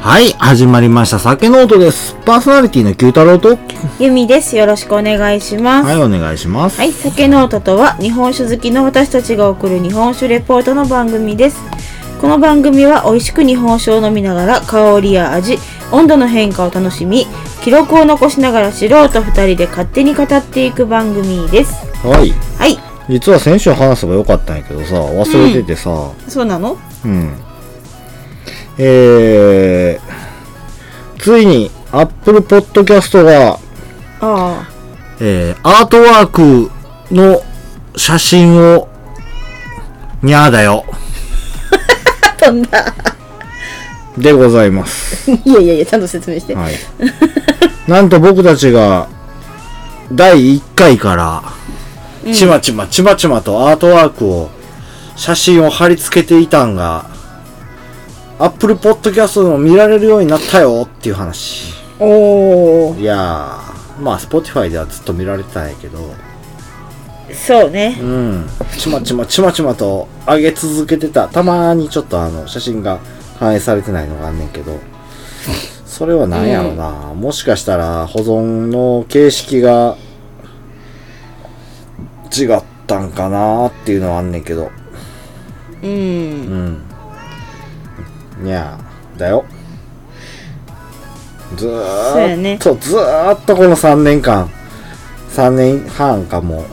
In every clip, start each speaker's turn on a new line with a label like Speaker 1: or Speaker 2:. Speaker 1: はい、始まりました。酒ノートです。パーソナリティの九太郎と。
Speaker 2: ゆみです。よろしくお願いします。
Speaker 1: はい、お願いします。
Speaker 2: はい、酒ノートとは日本酒好きの私たちが送る日本酒レポートの番組です。この番組は美味しく日本酒を飲みながら香りや味、温度の変化を楽しみ、記録を残しながら素人2人で勝手に語っていく番組です。
Speaker 1: はい。
Speaker 2: はい、
Speaker 1: 実は先週話せばよかったんやけどさ、忘れててさ、
Speaker 2: そうなの
Speaker 1: うん。えー、ついに Apple Podcast が、
Speaker 2: あ
Speaker 1: えー、アートワークの写真を、にゃーだよ。
Speaker 2: あ。 飛んだ。
Speaker 1: でございます。
Speaker 2: いやいやいや、ちゃんと説明して。
Speaker 1: はい。なんと僕たちが、第1回から、ちまちまちまちまとアートワークを、写真を貼り付けていたんが、Apple Podcast でも見られるようになったよっていう話。
Speaker 2: おー、
Speaker 1: いやー、まあ Spotify ではずっと見られてたんやけど、
Speaker 2: そうね。
Speaker 1: うん。ちまちまちまちまと上げ続けてた。たまーにちょっとあの、写真が反映されてないのがあんねんけど。それは何やろな、もしかしたら保存の形式が違ったんかなーっていうのはあんねんけど。
Speaker 2: う。
Speaker 1: うんん。にゃー、だよ。ず
Speaker 2: そうや
Speaker 1: ー
Speaker 2: ね
Speaker 1: っと、ずーっとこの3年間、3年半かも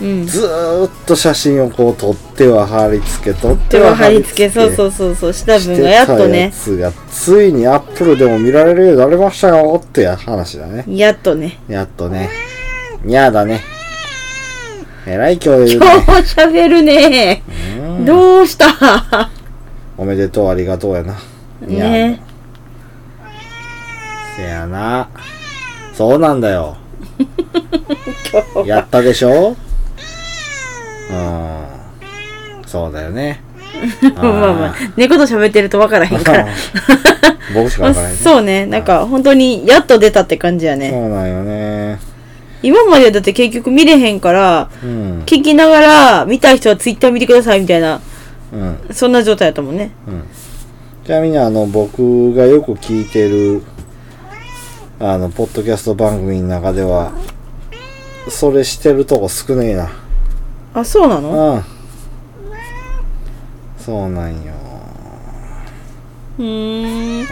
Speaker 1: う。
Speaker 2: うん。
Speaker 1: ずーっと写真をこう撮っては貼り付け撮って
Speaker 2: 手は
Speaker 1: は貼
Speaker 2: 貼り
Speaker 1: り
Speaker 2: 付け、
Speaker 1: 付け
Speaker 2: そうそううそうそう、した
Speaker 1: し
Speaker 2: 分
Speaker 1: て
Speaker 2: が
Speaker 1: た
Speaker 2: や
Speaker 1: や
Speaker 2: っとね。
Speaker 1: つがついにアップルでも見られるようになりましたよっていう話だね
Speaker 2: やっとね。
Speaker 1: やっとねにゃーだねえらい今日で
Speaker 2: 今日も喋るね。どうした
Speaker 1: おめでとうありがとうやなにゃー
Speaker 2: ね
Speaker 1: せやなそうなんだ よやったでしょうんそうだよね
Speaker 2: まあまあ
Speaker 1: ー、
Speaker 2: 猫と喋ってるとわからへん から。
Speaker 1: 僕しか
Speaker 2: まあ
Speaker 1: わからない、ね。
Speaker 2: そうね。なんか、本当に、やっと出たって感じやね。
Speaker 1: そうなんよね。
Speaker 2: 今までだって結局見れへんから、
Speaker 1: うん。
Speaker 2: 聞きながら、見たい人はツイッター見てくださいみたいな、
Speaker 1: うん。
Speaker 2: そんな状態やったもんね。
Speaker 1: ちなみにあの、僕がよく聞いてる、あの、ポッドキャスト番組の中では、それしてるとこ少ねえな。
Speaker 2: あ、そうなの
Speaker 1: うん。そうなんよ。
Speaker 2: うーん。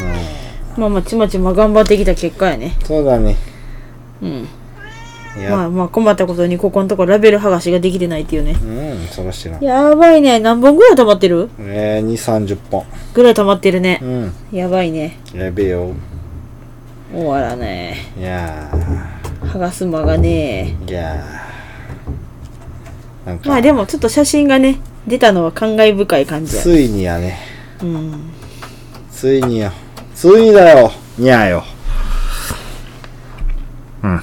Speaker 2: まあまあ、ちまちま頑張ってきた結果やね。
Speaker 1: そうだね。
Speaker 2: うん。
Speaker 1: いや、
Speaker 2: まあまあ、困ったことに、ここのとこラベル剥がしができてないっていうね。
Speaker 1: うん、そら知らん。
Speaker 2: やばいね。何本ぐらい溜まってる
Speaker 1: えー、2、30本。
Speaker 2: ぐらい溜まってるね
Speaker 1: う。ん。
Speaker 2: やばいね。
Speaker 1: やべえよ。
Speaker 2: 終わらね
Speaker 1: いやー、
Speaker 2: え。剥がす間がね
Speaker 1: いやー。なん
Speaker 2: え。ま
Speaker 1: か
Speaker 2: あ、でもちょっと写真がね、出たのは感慨深い感じや。
Speaker 1: ついにやね。
Speaker 2: うん。
Speaker 1: ついによ。ついにだよ。にゃーよ。うん。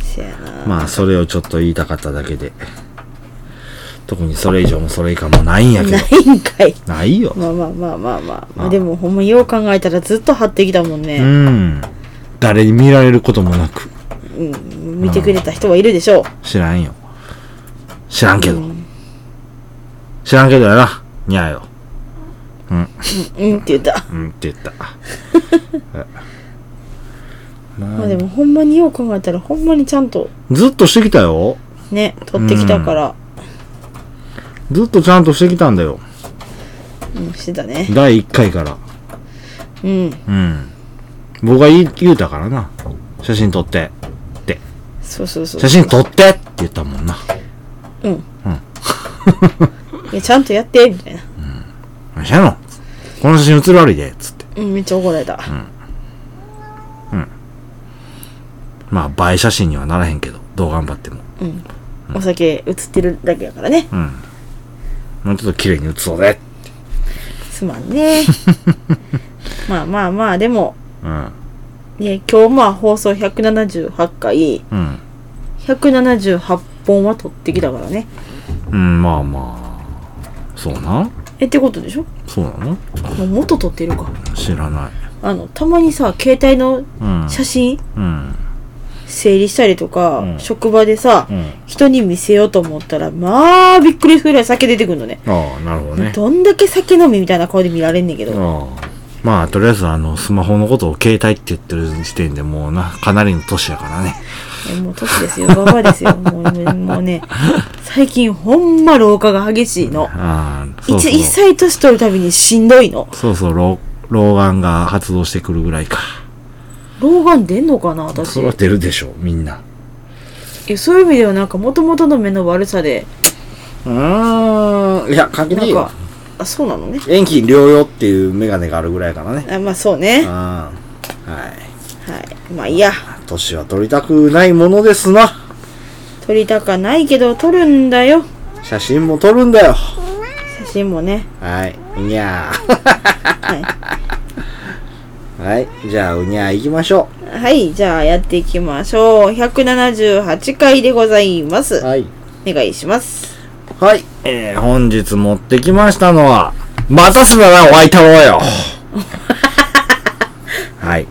Speaker 2: せやな。
Speaker 1: まあ、それをちょっと言いたかっただけで。特にそれ以上もそれ以下もないんやけど
Speaker 2: な。いんかい。
Speaker 1: ないよ。
Speaker 2: まあまあまあまあまあ。まあ、でもほんまよう考えたらずっと貼ってきたもん
Speaker 1: う
Speaker 2: ね。
Speaker 1: ん。誰に見られることもなく。
Speaker 2: うん。見てくれた人はいるでしょう。
Speaker 1: 知らんよ。知らんけど。知らんけどやな。にゃーよ。
Speaker 2: うんって言った。
Speaker 1: うんって言った。
Speaker 2: まあでもほんまによう考えたらほんまにちゃんと
Speaker 1: ずっとしてきたよ。
Speaker 2: ね、撮ってきたから、
Speaker 1: ずっとちゃんとしてきたんだよ。
Speaker 2: うん、してたね。
Speaker 1: 第1回から。
Speaker 2: うん。
Speaker 1: うん。僕が言い言うたからな。写真撮って。って。
Speaker 2: そうそうそう。
Speaker 1: 写真撮ってって言ったもんな。
Speaker 2: うん。いや、ちゃんとやって、みたいな。
Speaker 1: 何しやのこの写真写る悪いで。つって。
Speaker 2: うん、めっちゃ怒られた。
Speaker 1: まあ、映え写真にはならへんけど、どう頑張っても。
Speaker 2: お酒映ってるだけやからね。
Speaker 1: うん。もうちょっと綺麗に写そうぜ。
Speaker 2: すまんね。 まあまあまあ、でも、
Speaker 1: うん。
Speaker 2: ね、今日まあ放送178回、
Speaker 1: うん。
Speaker 2: 178本は撮ってきたからね。
Speaker 1: うん、まあまあ。そうな
Speaker 2: え、ってことでしょ
Speaker 1: そうなの
Speaker 2: もうもっと撮ってるか。
Speaker 1: 知らない。
Speaker 2: あの、たまにさ、携帯の
Speaker 1: うん。
Speaker 2: 写真
Speaker 1: うん。
Speaker 2: 整理したりとか、
Speaker 1: うん
Speaker 2: 職場でさ、
Speaker 1: うん。
Speaker 2: 人に見せようと思ったら、まあ、びっくりするぐらい酒出てくるのね。
Speaker 1: ああ、なるほどね。
Speaker 2: どんだけ酒飲みみたいな顔で見られんねんけど。
Speaker 1: ああ。まあ、とりあえず、あの、スマホのことを携帯って言ってる時点でもうな、かなりの年やからね。
Speaker 2: いやもう年ですよ、ババアですよ。もうもうもうね、最近ほんま老化が激しいの。
Speaker 1: ああ、そう
Speaker 2: 一
Speaker 1: そう。
Speaker 2: 一歳年取るたびにしんどいの。
Speaker 1: そうそう、老、老眼が発動してくるぐらいか。
Speaker 2: 老眼出んのかな、私
Speaker 1: そ。ら出るでしょ、みんな。
Speaker 2: えそういう意味ではなんか元々の目の悪さで、
Speaker 1: うーん、いや、関係
Speaker 2: な
Speaker 1: なんいよ
Speaker 2: か。、あ、そうなのね。
Speaker 1: 遠近療養っていうメガネがあるぐらいからね。
Speaker 2: あまあそうね。
Speaker 1: うん。
Speaker 2: は
Speaker 1: はい。
Speaker 2: い。まあいいや。
Speaker 1: 年は取りたくないものですな。
Speaker 2: 撮りたかないけど撮るんだよ。
Speaker 1: 写真も撮るんだよ。
Speaker 2: 写真もね。
Speaker 1: はい。うにゃー。
Speaker 2: は
Speaker 1: はい。じゃあ、うにゃー行きましょ
Speaker 2: い。はい。じゃあやっていきましょう。178回でございます
Speaker 1: う。。はい。
Speaker 2: お願いします。
Speaker 1: はい。えー、本日持ってきましたのは、またすなら湧いたろう よ。はい。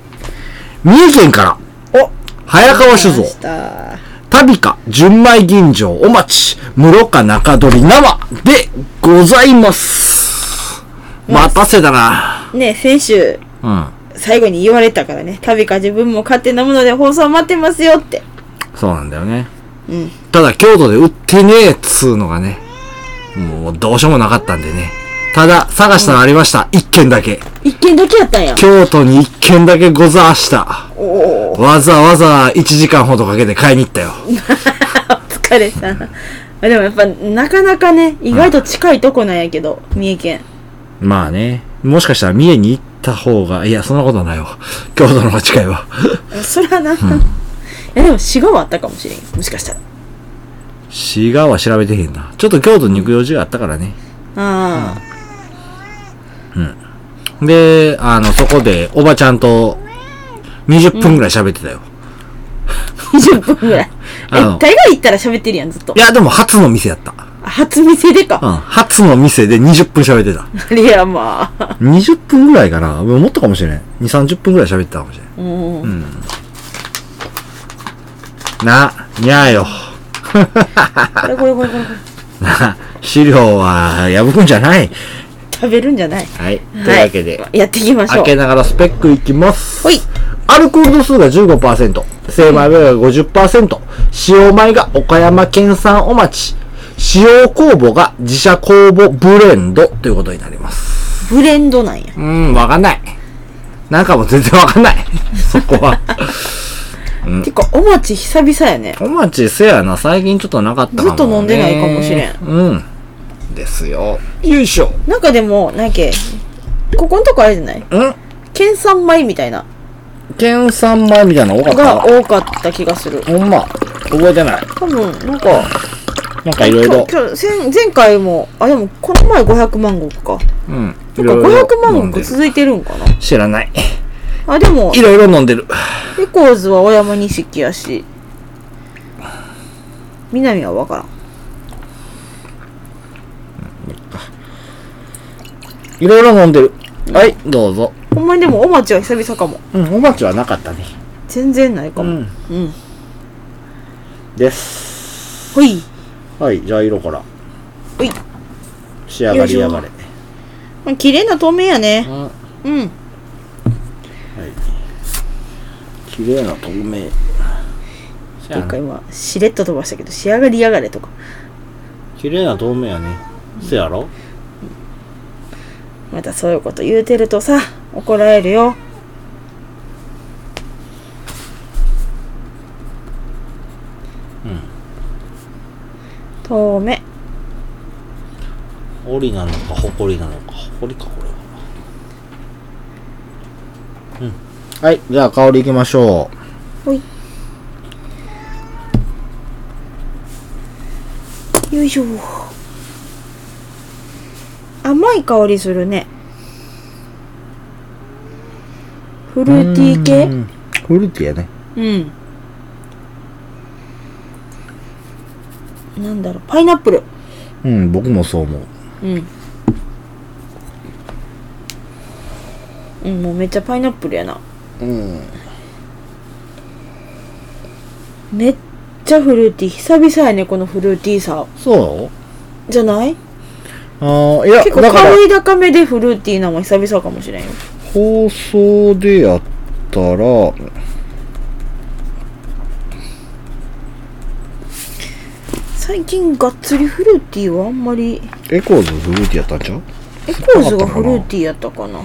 Speaker 1: 三重県から、
Speaker 2: お
Speaker 1: 早川酒造
Speaker 2: 来ま、した
Speaker 1: タビカ、純米吟醸、お待ち、室岡中取生でございます。待たせだな。
Speaker 2: ね先週、
Speaker 1: うん。
Speaker 2: 最後に言われたからね。旅か自分も勝手なもので放送待ってますよって。
Speaker 1: そうなんだよね。
Speaker 2: うん。
Speaker 1: ただ、京都で売ってねえっつうのがね、もうどうしようもなかったんでね。ただ、探したのありました。一軒だけ。
Speaker 2: 一件だけやったんや。
Speaker 1: 京都に一軒だけござあした。
Speaker 2: おお。お
Speaker 1: わざわざ1時間ほどかけて買いに行ったよ。
Speaker 2: 疲れさん。でもやっぱ、なかなかね、意外と近いとこなんやけど、三重県。
Speaker 1: まあね。もしかしたら三重に行った方が、いや、そんなことはないわ。京都の方が近いわ。
Speaker 2: そらな。いやでも、滋賀はあったかもしれん。もしかしたら。
Speaker 1: 滋賀は調べてへんな。ちょっと京都に行く用事があったからね。
Speaker 2: ああ。
Speaker 1: で、あの、そこで、おばちゃんと20分ぐらい喋ってたよ。
Speaker 2: 20分ぐらい。え、
Speaker 1: あの
Speaker 2: 大概行ったら喋ってるやん、ずっと
Speaker 1: い。や、でも初の店やった。
Speaker 2: あ初店で
Speaker 1: う
Speaker 2: か。
Speaker 1: ん。初の店で20分喋ってた。
Speaker 2: あれや、ま あ。
Speaker 1: 20分ぐらいかな。もっとかもしれない。2、30分ぐらい喋ってたかもしれない。
Speaker 2: うん。
Speaker 1: な、にゃーよ。
Speaker 2: これこれこれこれこれ。
Speaker 1: な、資料は破くんじゃない。
Speaker 2: 食べるんじゃない。
Speaker 1: はい。というわけで、
Speaker 2: はいやっていきましょ
Speaker 1: 開
Speaker 2: う。
Speaker 1: けながらスペックいきます。
Speaker 2: ほい。
Speaker 1: アルコール度数が15%、精米米が50%、使用米が岡山県産お待ち、使用酵母が自社酵母ブレンドということになります。
Speaker 2: ブレンドなんや。
Speaker 1: うーん、わかんない。なんかもう全然わかんない。そこは。
Speaker 2: てか、お餅久々やね。
Speaker 1: お待ちせやな、最近ちょっとなかったかも、ね。
Speaker 2: ずっと飲んでないかもしれん
Speaker 1: うん。ですよ。よいしょ。
Speaker 2: なんかでも、なんやっけ、ここのとこあれじゃない
Speaker 1: ん
Speaker 2: 県産米みたいな、
Speaker 1: 県産米みたいなの多かった
Speaker 2: が
Speaker 1: な
Speaker 2: 多かった気がする。
Speaker 1: ほんま、覚えてない。
Speaker 2: 多分、なんか、
Speaker 1: なんかいろいろ。
Speaker 2: 今日、先前回も、あ、でも、この前500万石か。
Speaker 1: うん。
Speaker 2: なんか500
Speaker 1: 飲ん
Speaker 2: 万
Speaker 1: で
Speaker 2: 石
Speaker 1: る
Speaker 2: 続いてるんかな。
Speaker 1: 知らない。
Speaker 2: あ、でも
Speaker 1: い、ろいろ飲んでる。
Speaker 2: エコーズは小山錦やし、南はわからん。
Speaker 1: いろいろ飲んでる。はい、どうぞ。
Speaker 2: ほんまにでも、お餅は久々かも。
Speaker 1: うん、お待ちはなかったね。
Speaker 2: 全然ないか
Speaker 1: う
Speaker 2: も。
Speaker 1: ん。
Speaker 2: うん。
Speaker 1: です。
Speaker 2: ほい。
Speaker 1: はい、じゃあ色から。
Speaker 2: ほい。
Speaker 1: 仕上がりやがれ。
Speaker 2: まあ綺麗な透明やね。
Speaker 1: うん。はい。
Speaker 2: うん。
Speaker 1: 綺麗な透明。
Speaker 2: ていうか今しれっと飛ばしたけど仕上がりやがれとか、
Speaker 1: 綺麗な透明やね。せやろ
Speaker 2: またそういうこと言うてるとさ怒られるよ透明
Speaker 1: オリなのか、ホコリなのか、ホコリか、これは。うん。はい、じゃあ香りいきましょ
Speaker 2: ほいよいしょ甘い香りするねフル
Speaker 1: う。
Speaker 2: ーティー系
Speaker 1: フルーティーやね。
Speaker 2: うん。なんだろう、パイナップル。
Speaker 1: うん、僕もそう思う。
Speaker 2: うん。うん、もうめっちゃパイナップルやな。
Speaker 1: うん。
Speaker 2: めっちゃフルーティー。久々やね、このフルーティーさ。
Speaker 1: そう
Speaker 2: じゃない
Speaker 1: ああ、いや、
Speaker 2: 結構
Speaker 1: だから
Speaker 2: 香、り高めでフルーティーなのは久々かもしれんよ。
Speaker 1: 放送でやったら、
Speaker 2: 最近がっつりフルーティーはあんまり
Speaker 1: エコーズフルーティーやったんちゃう
Speaker 2: エコーズがフルーティーやったかな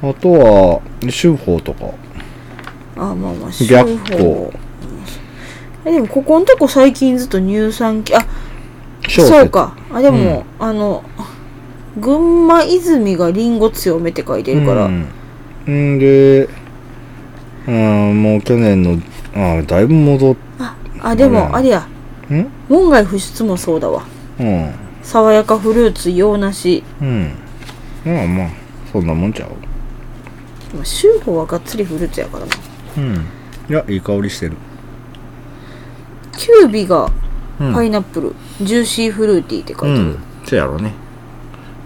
Speaker 1: あとは、修法とか。
Speaker 2: あまあま
Speaker 1: 白
Speaker 2: あ州
Speaker 1: 鵬
Speaker 2: 法えでもここのとこ最近ずっと乳酸菌あ
Speaker 1: 小説
Speaker 2: そう。かあでも、あの群馬泉がリンゴ強めって書いてるから、
Speaker 1: うん。んで、うん、もう去年の、あだいぶ戻っ、
Speaker 2: ああで
Speaker 1: うん
Speaker 2: もあれや
Speaker 1: ん
Speaker 2: 門外不出もそうだわ
Speaker 1: うん。
Speaker 2: 爽やかフルーツ洋梨
Speaker 1: うん。まあまあ、そんなもんちゃう。
Speaker 2: まあ州法はがっつりフルーツやからな
Speaker 1: うん。いや、いい香りしてる。
Speaker 2: キュービが
Speaker 1: うん。
Speaker 2: パイナップル、ジューシーフルーティーって書
Speaker 1: う
Speaker 2: いてる、
Speaker 1: ん。せやろね。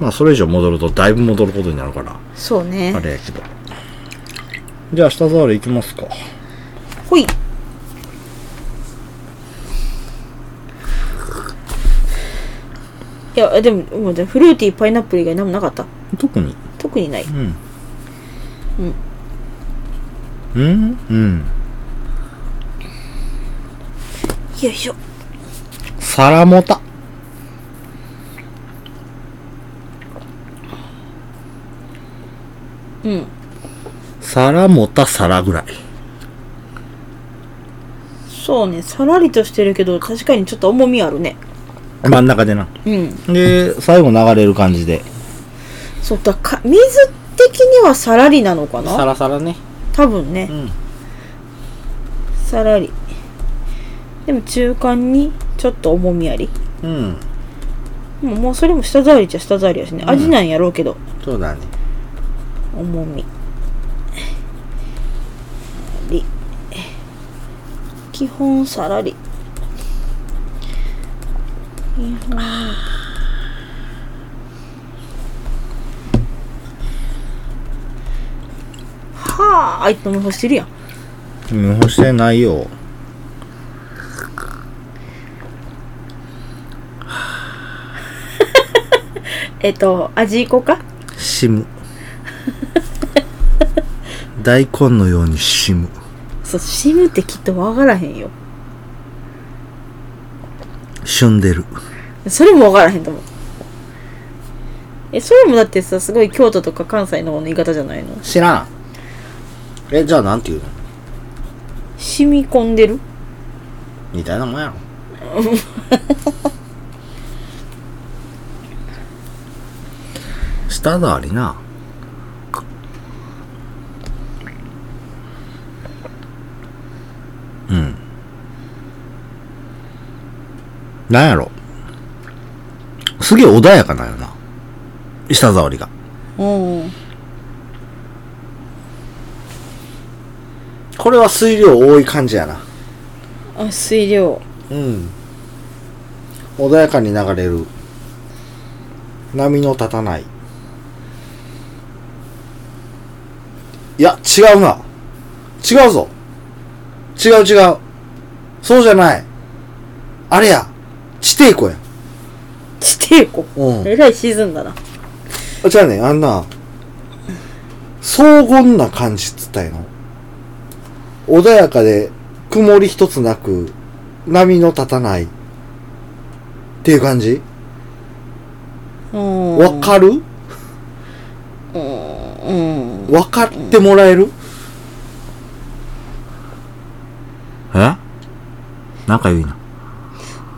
Speaker 1: まあ、それ以上戻ると、だいぶ戻ることになるから、
Speaker 2: そうね
Speaker 1: あれやけど。じゃあ、舌触りいきますか。
Speaker 2: ほいいやでももうねフルーティーパイナップル以外何もなかった
Speaker 1: 特に。
Speaker 2: 特にない
Speaker 1: うん。うん。うん。
Speaker 2: よいしょ
Speaker 1: サラモタ。
Speaker 2: うん
Speaker 1: サラモタサラぐらい。
Speaker 2: そうねさらりとしてるけど確かにちょっと重みあるね
Speaker 1: 真ん中でな。
Speaker 2: うん
Speaker 1: で、最後流れる感じで。
Speaker 2: そうだか水的にはさらりなのかな
Speaker 1: ラサラね。
Speaker 2: 多分ね
Speaker 1: うん。
Speaker 2: さらりでも中間にちょっと重みあり
Speaker 1: うん。
Speaker 2: でももうそれも舌触りじゃ舌触りやしね味なんやろうけど、
Speaker 1: そうだね。
Speaker 2: 重みり基本さらり基本はああいつも干してるやん
Speaker 1: 見干してないよ。
Speaker 2: えっと味いこうか
Speaker 1: シ ム。大根のようにシム。
Speaker 2: そうシムってきっとわからへんよ
Speaker 1: 旬でる。
Speaker 2: それもわからへんと思うえそれもだってさすごい京都とか関西の方の言い方じゃないの
Speaker 1: 知らん。え、じゃあなんて言うの
Speaker 2: 染み込んでる
Speaker 1: みたいなもんやろ。舌触りな。うん。なんやろ。すげえ穏やかなんよな。舌触りが。
Speaker 2: うん
Speaker 1: これは水量多い感じやな。
Speaker 2: あ水量
Speaker 1: うん。穏やかに流れる。波の立たない。いや、違うな。違うぞ。違う違う。そうじゃない。あれや。地底湖や。
Speaker 2: 地底湖
Speaker 1: うん。
Speaker 2: えらい沈んだな
Speaker 1: あ、じゃあね、あんな、荘厳な感じっつったんやの。穏やかで、曇り一つなく、波の立たない。っていう感じ
Speaker 2: うん
Speaker 1: わかる
Speaker 2: うん
Speaker 1: わかってもらえるえなんか言うな。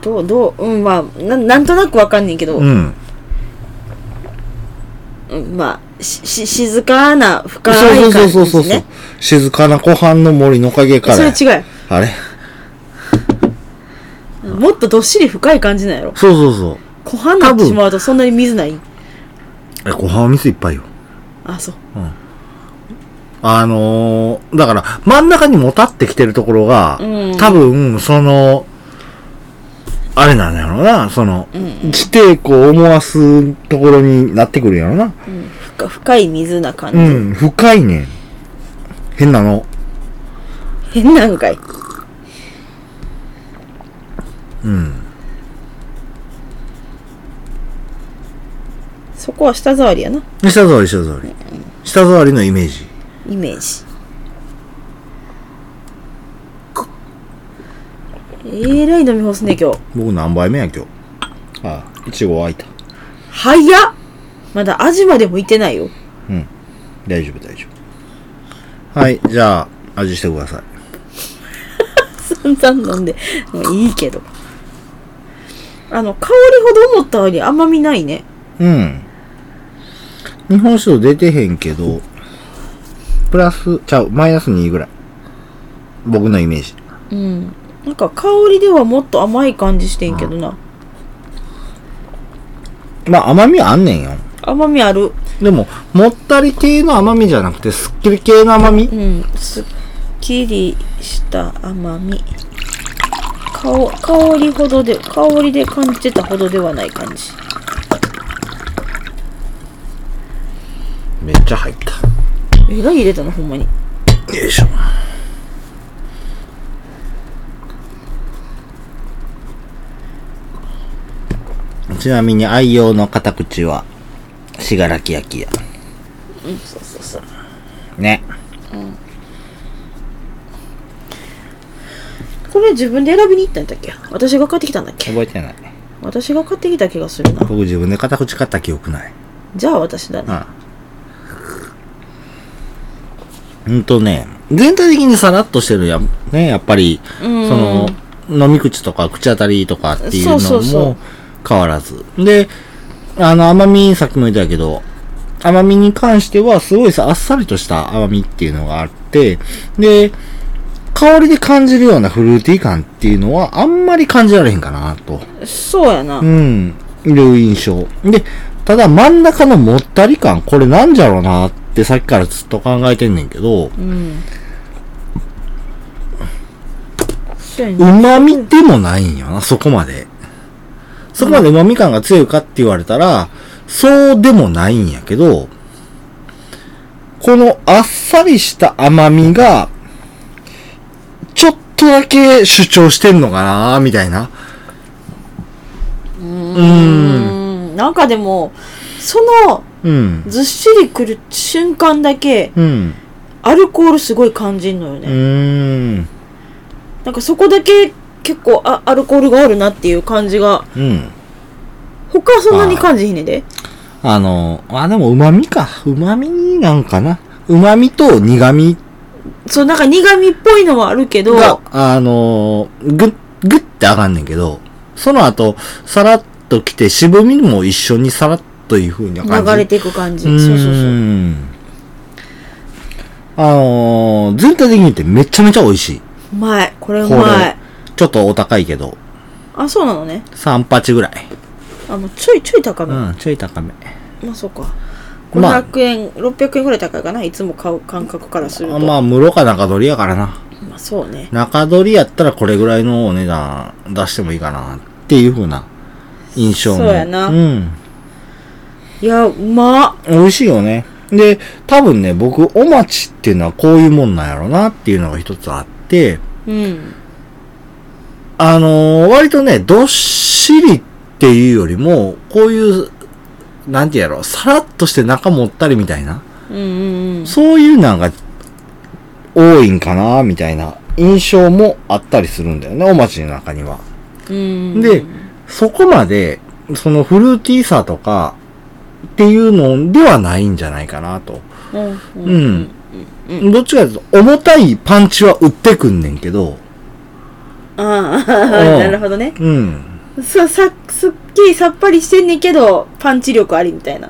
Speaker 2: どうどううんまあななんとなくわかんねんけど、
Speaker 1: うん。
Speaker 2: うんまあしし静かな深い
Speaker 1: そう
Speaker 2: 感じ、
Speaker 1: そ
Speaker 2: ね、
Speaker 1: うそうそうそう。静かな湖畔の森の影からや。
Speaker 2: それ違う
Speaker 1: あれ
Speaker 2: やんもっとどっしり深い感じなんやろ
Speaker 1: そうそうそう。
Speaker 2: 湖畔になっ
Speaker 1: 多
Speaker 2: て
Speaker 1: 分
Speaker 2: しまうとそんなに水ない
Speaker 1: え、湖畔は水いっぱいよ。
Speaker 2: あそう
Speaker 1: あのー、だから、真ん中にもたってきてるところが、
Speaker 2: うん
Speaker 1: 多分、その、あれなんやろな、その、地底湖を思わすところになってくるんやろな。
Speaker 2: 深深い水な感じ、
Speaker 1: うん、深いねん。変なの。
Speaker 2: 変なのかい
Speaker 1: うん。
Speaker 2: そこは舌触りやな
Speaker 1: 下通り下通り。舌触りのイメージ。
Speaker 2: イメージえらい飲み干すね今日
Speaker 1: 僕何杯目や、今日。ああ、いちご開いた。
Speaker 2: 早っまだ味までもいってないよ
Speaker 1: うん。大丈夫、大丈夫。はい、じゃあ、味してください。
Speaker 2: 散々飲んでもういいけどあの香りほど思ったより甘みないね
Speaker 1: うん。日本酒と出てへんけど、プラス、ちゃう、マイナス2ぐらい。僕のイメージ。
Speaker 2: うんなんか香りではもっと甘い感じしてんけどな
Speaker 1: まあ甘みはあんねんよ。
Speaker 2: 甘みある
Speaker 1: でも、もったり系の甘みじゃなくて、すっきり系の甘み
Speaker 2: うんすっきりした甘み香香りほどで香りで感じてたほどではない感じ
Speaker 1: めっちゃ入った。
Speaker 2: えらい入れたのほんまに
Speaker 1: よいしょ。ちなみに愛用の片口は、信楽焼きや。
Speaker 2: うんそうそうそう
Speaker 1: ね。
Speaker 2: これ自分で選びに行ったんだっけ私が買ってきたんだっけ
Speaker 1: 覚えてない。
Speaker 2: 私が買ってきた気がするな
Speaker 1: 僕自分で片口買った記憶ない。
Speaker 2: じゃあ私だね
Speaker 1: うん。うんとね、全体的にさらっとしてるやん。ね、やっぱり、そ
Speaker 2: うん
Speaker 1: の、飲み口とか口当たりとかっていうの
Speaker 2: そうそうそう
Speaker 1: も変わらず。で、あの、甘み、さっきも言ったけど、甘みに関しては、すごいさ、あっさりとした甘みっていうのがあって、で、香りで感じるようなフルーティー感っていうのは、あんまり感じられへんかな、と。
Speaker 2: そうやな
Speaker 1: うん。いう印象。で、ただ真ん中のもったり感、これなんじゃろうなってさっきからずっと考えてんねんけど、
Speaker 2: うんそうやな
Speaker 1: 旨味でもないんよな、そこまで。そこまで旨味感が強いかって言われたら、そうでもないんやけど、このあっさりした甘みが、ちょっとだけ主張してんのかなみたいな。
Speaker 2: うんなんかでもその
Speaker 1: うん。
Speaker 2: ずっしりくる瞬間だけ
Speaker 1: うん。
Speaker 2: アルコールすごい感じんのよ
Speaker 1: う
Speaker 2: ね、
Speaker 1: ーん。
Speaker 2: なんかそこだけ結構あアルコールがあるなっていう感じが
Speaker 1: うん。
Speaker 2: 他はそんなに感じひんねんで
Speaker 1: あの、あ、でも旨味か。旨味なんかな。旨味と苦味
Speaker 2: そうなんか苦味っぽいのはあるけど
Speaker 1: が、あの、ぐっ、ぐって上がんねんけど、その後、さらっと来て渋みも一緒にさらっという風な感じ。
Speaker 2: 流れていく感じ
Speaker 1: うーん
Speaker 2: そうそうそう
Speaker 1: あのー全体的に言ってめちゃめちゃ美味しい。
Speaker 2: うまいこれう
Speaker 1: こ
Speaker 2: ま
Speaker 1: れ
Speaker 2: い。
Speaker 1: ちょっとお高いけど、
Speaker 2: あそうなのね
Speaker 1: 3パチぐらい。
Speaker 2: あもうちょいちょい高め、
Speaker 1: うん、ちょい高め。
Speaker 2: まあそうか
Speaker 1: まあ
Speaker 2: 500円、600円ぐらい高いかないつも買う感覚からすると
Speaker 1: あまあ、室か中取りやからな。
Speaker 2: まあそうね
Speaker 1: 中取りやったらこれぐらいのお値段出してもいいかなっていう風な印象も
Speaker 2: そうやなんいやうまっ
Speaker 1: 美味しいよねで多分ね僕お待ちっていうのはこういうもんなんやろなっていうのが一つあって
Speaker 2: うん
Speaker 1: あのー割とねどっしりっていうよりもこういうなんて言うやろさらっとして中持ったりみたいな
Speaker 2: うんうんうん
Speaker 1: そういうのが多いんかなみたいな印象もあったりするんだよねお待ちの中には
Speaker 2: うん
Speaker 1: で、そこまで、そのフルーティーさとか、っていうのではないんじゃないかなと。
Speaker 2: うんうん
Speaker 1: うん。
Speaker 2: うん
Speaker 1: どっちかというと、重たいパンチは打ってくんねんけど、
Speaker 2: ああ
Speaker 1: うん
Speaker 2: なるほどね
Speaker 1: うん。
Speaker 2: そうさすっきりさっぱりしてんねんけどパンチ力ありみたいな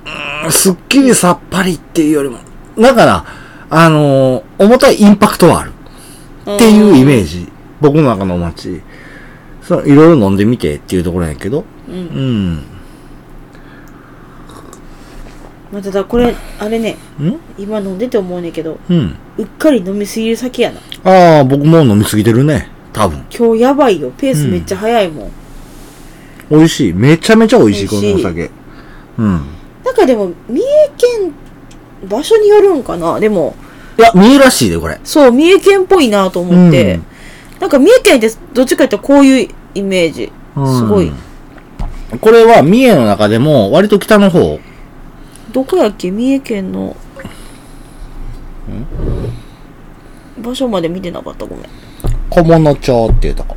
Speaker 1: すっきりさっぱりっていうよりも、だから、あのー重たいインパクトはある。っていうイメージ。僕の中のお待ち。そのいろいろ飲んでみてっていうところやけど、
Speaker 2: うんうん
Speaker 1: うん。
Speaker 2: まあ、ただこれあれね
Speaker 1: ん
Speaker 2: 今飲んでて思うねんけど
Speaker 1: うん。
Speaker 2: うっかり飲みすぎる先やな
Speaker 1: ああ、僕もう飲みすぎてるね。多分。
Speaker 2: 今日やばいよペースめっちゃ早いもん、
Speaker 1: 美味しい。めちゃめちゃ美味しい、
Speaker 2: 美
Speaker 1: こ
Speaker 2: 味しい
Speaker 1: のお酒。うん。
Speaker 2: なんかでも三重県場所によるんかなでも
Speaker 1: いや、三重らしいで、これ。
Speaker 2: そう三重県っぽいなと思って、なんか三重県ってどっちかっていうとこういうイメージ
Speaker 1: うん
Speaker 2: すごい、
Speaker 1: これは三重の中でも、割と北の方。
Speaker 2: どこやっけ三重県の場所まで見てなかったごめん
Speaker 1: 小物町っていうとこ。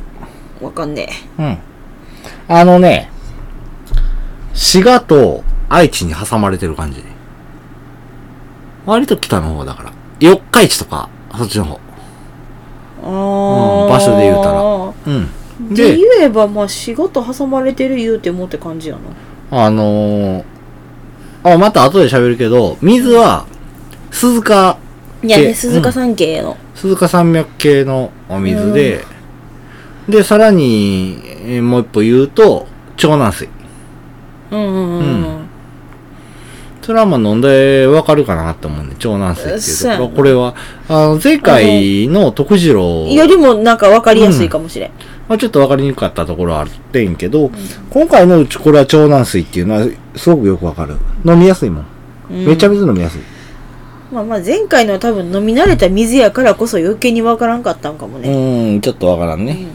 Speaker 2: わかんね
Speaker 1: うん。あのね、滋賀と愛知に挟まれてる感じ。割と北の方だから。四日市とか、そっちの方。
Speaker 2: えあー、
Speaker 1: うん場所で言うたらうん。で
Speaker 2: で言、えばまあ仕事挟まれてる言うてもって感じやな
Speaker 1: あのー、あ、また後で喋るけど、水は、鈴鹿
Speaker 2: いや
Speaker 1: で
Speaker 2: ね鈴鹿山系の、
Speaker 1: 鈴鹿山脈系のお水で、で、さらに、えーもう一歩言うと、長南水。
Speaker 2: うん、うんうんうん
Speaker 1: それはまあ飲んでわかるかなって思うんで、長南水っていうとこ
Speaker 2: そう
Speaker 1: ろ。これは、あの、前回の徳次郎
Speaker 2: よりもなんかわかりやすいかもしれん、
Speaker 1: まあちょっとわかりにくかったところはあってんけど、今回のうちこれは長南水っていうのは、すごくよくわかる。飲みやすいもん。
Speaker 2: うん
Speaker 1: めちゃめちゃ飲みやすい。
Speaker 2: まあまあ前回のは多分飲み慣れた水やからこそ余計にわからんかったんかもね、
Speaker 1: うーん、ちょっとわからんね。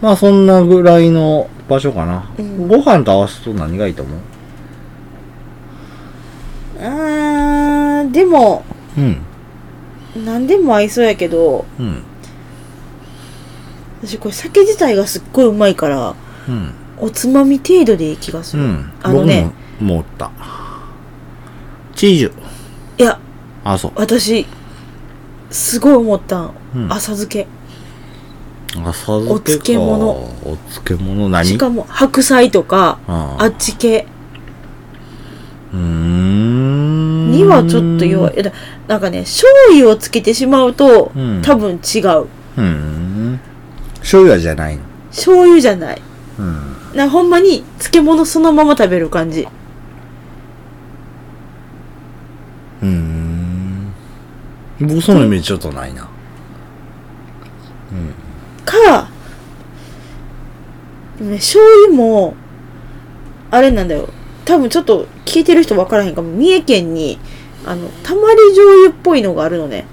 Speaker 1: まあそんなぐらいの場所かな。
Speaker 2: うん
Speaker 1: ご飯と合わすと何がいいと思う
Speaker 2: あーでも
Speaker 1: うん。
Speaker 2: 何でも合いそうやけど
Speaker 1: うん。
Speaker 2: 私これ酒自体がすっごいうまいから
Speaker 1: うん。
Speaker 2: おつまみ程度でいい気がす
Speaker 1: う
Speaker 2: る、
Speaker 1: ん。
Speaker 2: あのね
Speaker 1: 僕も思った。チーズ。
Speaker 2: いや
Speaker 1: あ、そう。
Speaker 2: 私すごい思ったん、
Speaker 1: うん
Speaker 2: 浅漬け
Speaker 1: 浅漬けか。
Speaker 2: お漬物
Speaker 1: お漬物何
Speaker 2: しかも白菜とか
Speaker 1: あ
Speaker 2: あっち系
Speaker 1: うーん。
Speaker 2: にはちょっと弱い。いやだなんかね醤油をつけてしまうと、
Speaker 1: うん
Speaker 2: 多分違う
Speaker 1: うーん。醤油味じゃないの。
Speaker 2: 醤油じゃない
Speaker 1: うん。
Speaker 2: なほんまに漬物そのまま食べる感じ
Speaker 1: うーん。僕そのイメージちょっとないな。
Speaker 2: かでもね醤油もあれなんだよ多分ちょっと聞いてる人分からへんかも三重県にあのたまり醤油っぽいのがあるのね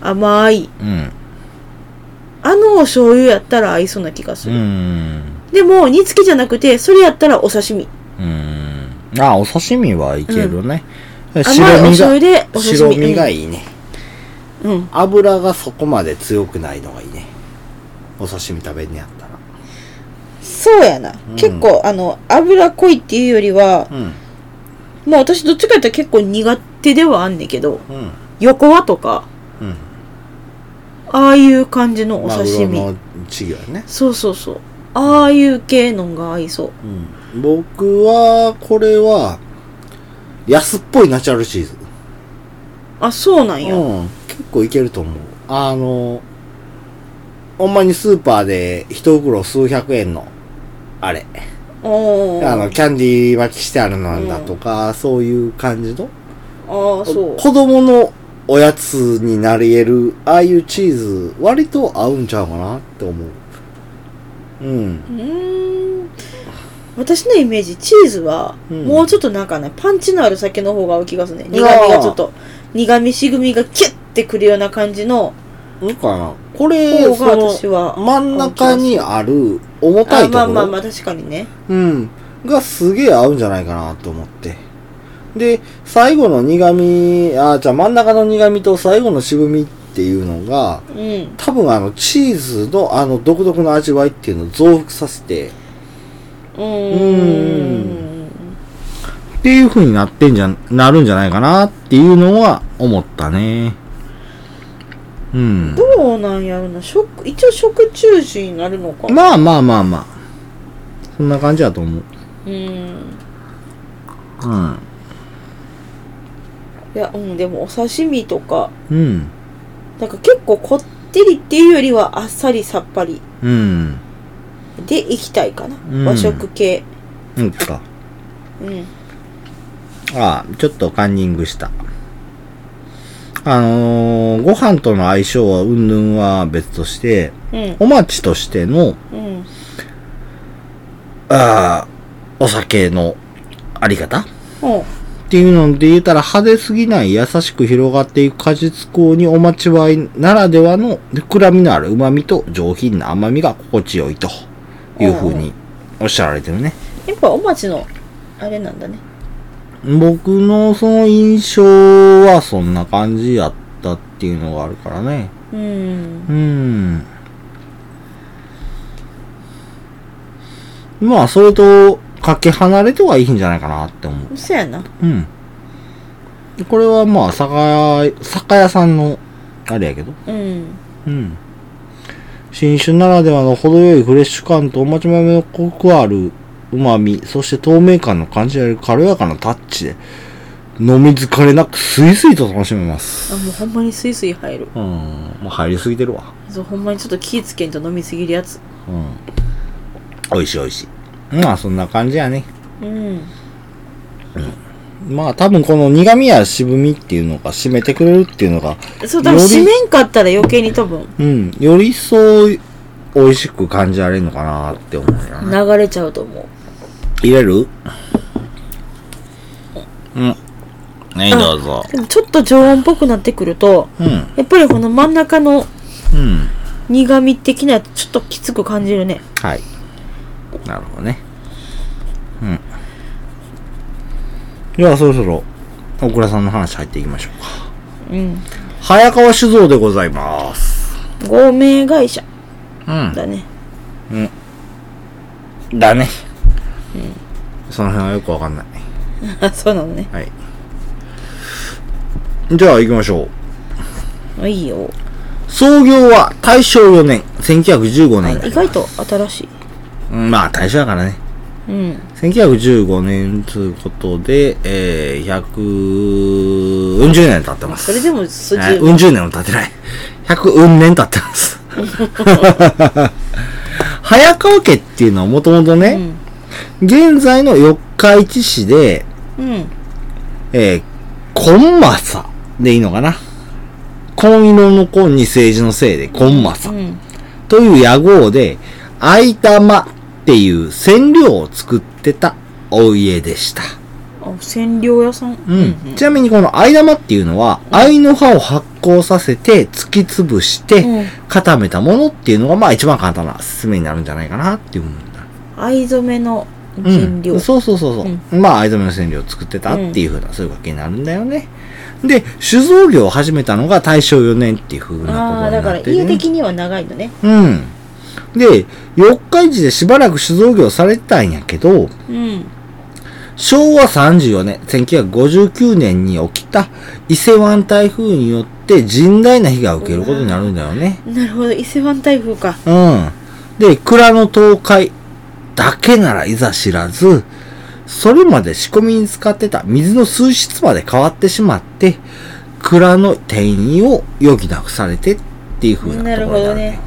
Speaker 2: 甘い
Speaker 1: うん。
Speaker 2: あのお醤油やったら合いそうな気がす
Speaker 1: う
Speaker 2: る、
Speaker 1: ん。
Speaker 2: でも煮付けじゃなくてそれやったらお刺身
Speaker 1: うん。あ、お刺身はいけるね。
Speaker 2: 甘いお
Speaker 1: 白身
Speaker 2: 醤油
Speaker 1: が、
Speaker 2: でお刺身
Speaker 1: 白身がいいね。
Speaker 2: うん、うん
Speaker 1: 油がそこまで強くないのがいいねお刺身食べんねやったら
Speaker 2: そうやな、
Speaker 1: うん
Speaker 2: 結構あの脂濃いっていうよりは
Speaker 1: うん
Speaker 2: まあ私どっちかやったら結構苦手ではあんねんけど
Speaker 1: うん
Speaker 2: 横輪とか
Speaker 1: うん
Speaker 2: ああいう感じのお
Speaker 1: マグ
Speaker 2: 刺
Speaker 1: ロ
Speaker 2: 身
Speaker 1: の稚魚やね
Speaker 2: そうそうそう。ああいう系のんが合いそう。
Speaker 1: うん僕はこれは安っぽいナチュラルチーズ
Speaker 2: あ、そうなんや。
Speaker 1: うん結構いけると思うあのほんまにスーパーで一袋数百円のあれ
Speaker 2: おー
Speaker 1: あのキャンディー巻きしてあるのなんだとか、そういう感じの
Speaker 2: ああ、そう。
Speaker 1: 子供のおやつになり得るああいうチーズ割と合うんちゃうかなって思ううん
Speaker 2: うーん。私のイメージ、チーズは、
Speaker 1: うん
Speaker 2: もうちょっとなんかね、パンチのある酒の方が合う気がするね。苦
Speaker 1: う
Speaker 2: 味
Speaker 1: わー
Speaker 2: がちょっと、苦味しぐみがキュッてくるような感じの
Speaker 1: なんかなこれ
Speaker 2: 方が
Speaker 1: その
Speaker 2: 私は。
Speaker 1: 真ん中にある重たい
Speaker 2: あ
Speaker 1: ところ
Speaker 2: まあまあまあ、確かにね。
Speaker 1: うんがすげえ合うんじゃないかなと思ってで最後の苦味あじゃあ真ん中の苦味と最後の渋みっていうのが
Speaker 2: うん。
Speaker 1: 多分あのチーズのあの独特の味わいっていうのを増幅させて
Speaker 2: うーん。
Speaker 1: っていう風になってんじゃ、なるんじゃないかなっていうのは思ったね。うん。
Speaker 2: どうなんやろな。食、一応食中止になるのか。
Speaker 1: まあまあまあまあ。そんな感じだと思う。
Speaker 2: うん。
Speaker 1: うん。
Speaker 2: いや、うん、でもお刺身とか、
Speaker 1: うん。
Speaker 2: なんか結構こってりっていうよりはあっさりさっぱり
Speaker 1: うん。
Speaker 2: でいきたいかな、
Speaker 1: うん
Speaker 2: 和食系
Speaker 1: うんか。
Speaker 2: うん
Speaker 1: ああ、ちょっとカンニングした。あのー、ご飯との相性はうんぬんは別として、
Speaker 2: うん
Speaker 1: お待ちとしての、
Speaker 2: うん
Speaker 1: ああ、お酒のあり方
Speaker 2: ほ
Speaker 1: っていうので言ったら派手すぎない優しく広がっていく果実香にお待ちわいならではの膨らみのある旨味と上品な甘みが心地よいというふうにおっしゃられてるね。
Speaker 2: うやっぱお待ちのあれなんだね
Speaker 1: 僕のその印象はそんな感じやったっていうのがあるからね。
Speaker 2: うん
Speaker 1: うん。まあ、それと、かけ離れてはいいんじゃないかなって思う。
Speaker 2: そうやな
Speaker 1: うん。これはまあ、酒屋、酒屋さんの、あれやけど。
Speaker 2: うん
Speaker 1: うん。新酒ならではの程よいフレッシュ感とおまち豆のコクある旨味、そして透明感の感じられる軽やかなタッチで、飲み疲れなくスイスイと楽しめます。
Speaker 2: あもうほんまにスイスイ入る
Speaker 1: うん。もう入りすぎてるわ。
Speaker 2: そうほんまにちょっと気ぃつけんと飲みすぎるやつ
Speaker 1: うん。美味しい美味しい。まあそんな感じやね。
Speaker 2: うん
Speaker 1: まあ多分この苦味や渋みっていうのが締めてくれるっていうのが、
Speaker 2: そう多分
Speaker 1: より
Speaker 2: 締めんかったら余計に多分
Speaker 1: うん、より一層美味しく感じられるのかなって思うよね。
Speaker 2: 流れちゃうと思う
Speaker 1: 入れるうん。はい、どうぞ。
Speaker 2: でもちょっと常温っぽくなってくると
Speaker 1: うん。
Speaker 2: やっぱりこの真ん中の
Speaker 1: うん。
Speaker 2: 苦味的なやつちょっときつく感じるね
Speaker 1: はい。なるほどね。うん。では、そろそろ、大倉さんの話入っていきましょうか。
Speaker 2: うん
Speaker 1: 早川酒造でございます。
Speaker 2: 合名会社
Speaker 1: うん。
Speaker 2: だね
Speaker 1: だね。その辺はよくわかんない。
Speaker 2: あ そうなのね
Speaker 1: はい。じゃあ、行きましょう。
Speaker 2: いいよ
Speaker 1: 創業は大正4年、1915
Speaker 2: あ
Speaker 1: 年。
Speaker 2: 意外と新しい
Speaker 1: うんまあ、大正だからね。
Speaker 2: うん
Speaker 1: 1915年ということで、えー、100、うん十年経ってます。
Speaker 2: それでも筋
Speaker 1: はいうん十年も経ってない。100うん年経って ます。早川家っていうのはもともと
Speaker 2: う
Speaker 1: ね、
Speaker 2: ん
Speaker 1: 現在の四日市市で、
Speaker 2: うん
Speaker 1: えー、本正でいいのかな。紺色の紺に政治のせいで、紺正
Speaker 2: うん
Speaker 1: という屋号で、相玉っていう染料を作ってたお家でした。
Speaker 2: あ染料屋さん
Speaker 1: うんちなみにこの藍玉っていうのは、藍の葉を発酵させて突き潰して
Speaker 2: うん
Speaker 1: 固めたものっていうのが、まあ一番簡単な説明になるんじゃないかなっていうもんだ。
Speaker 2: 藍染めの
Speaker 1: う
Speaker 2: 染
Speaker 1: ん、
Speaker 2: 料、
Speaker 1: そうそうそうそう、まあ藍染めの染料を作ってたっていうふうな、そういうわけになるんだよね。で、酒造業を始めたのが大正4年っていうふうなことに
Speaker 2: あ
Speaker 1: な
Speaker 2: あ
Speaker 1: って
Speaker 2: だ
Speaker 1: る、ね。
Speaker 2: から家的には長いのね
Speaker 1: うん。で、四日市でしばらく酒造業されてたんやけど、
Speaker 2: うん
Speaker 1: 昭和34年、1959年に起きた伊勢湾台風によって甚大な被害を受けることになるんだよね。
Speaker 2: なるほど伊勢湾台風か
Speaker 1: うん。で、蔵の倒壊だけならいざ知らず、それまで仕込みに使ってた水の水質まで変わってしまって、蔵の転移を余儀なくされてっていう風な
Speaker 2: な
Speaker 1: と
Speaker 2: る
Speaker 1: こ
Speaker 2: ほ
Speaker 1: ろにな
Speaker 2: ど
Speaker 1: る
Speaker 2: ね
Speaker 1: ね。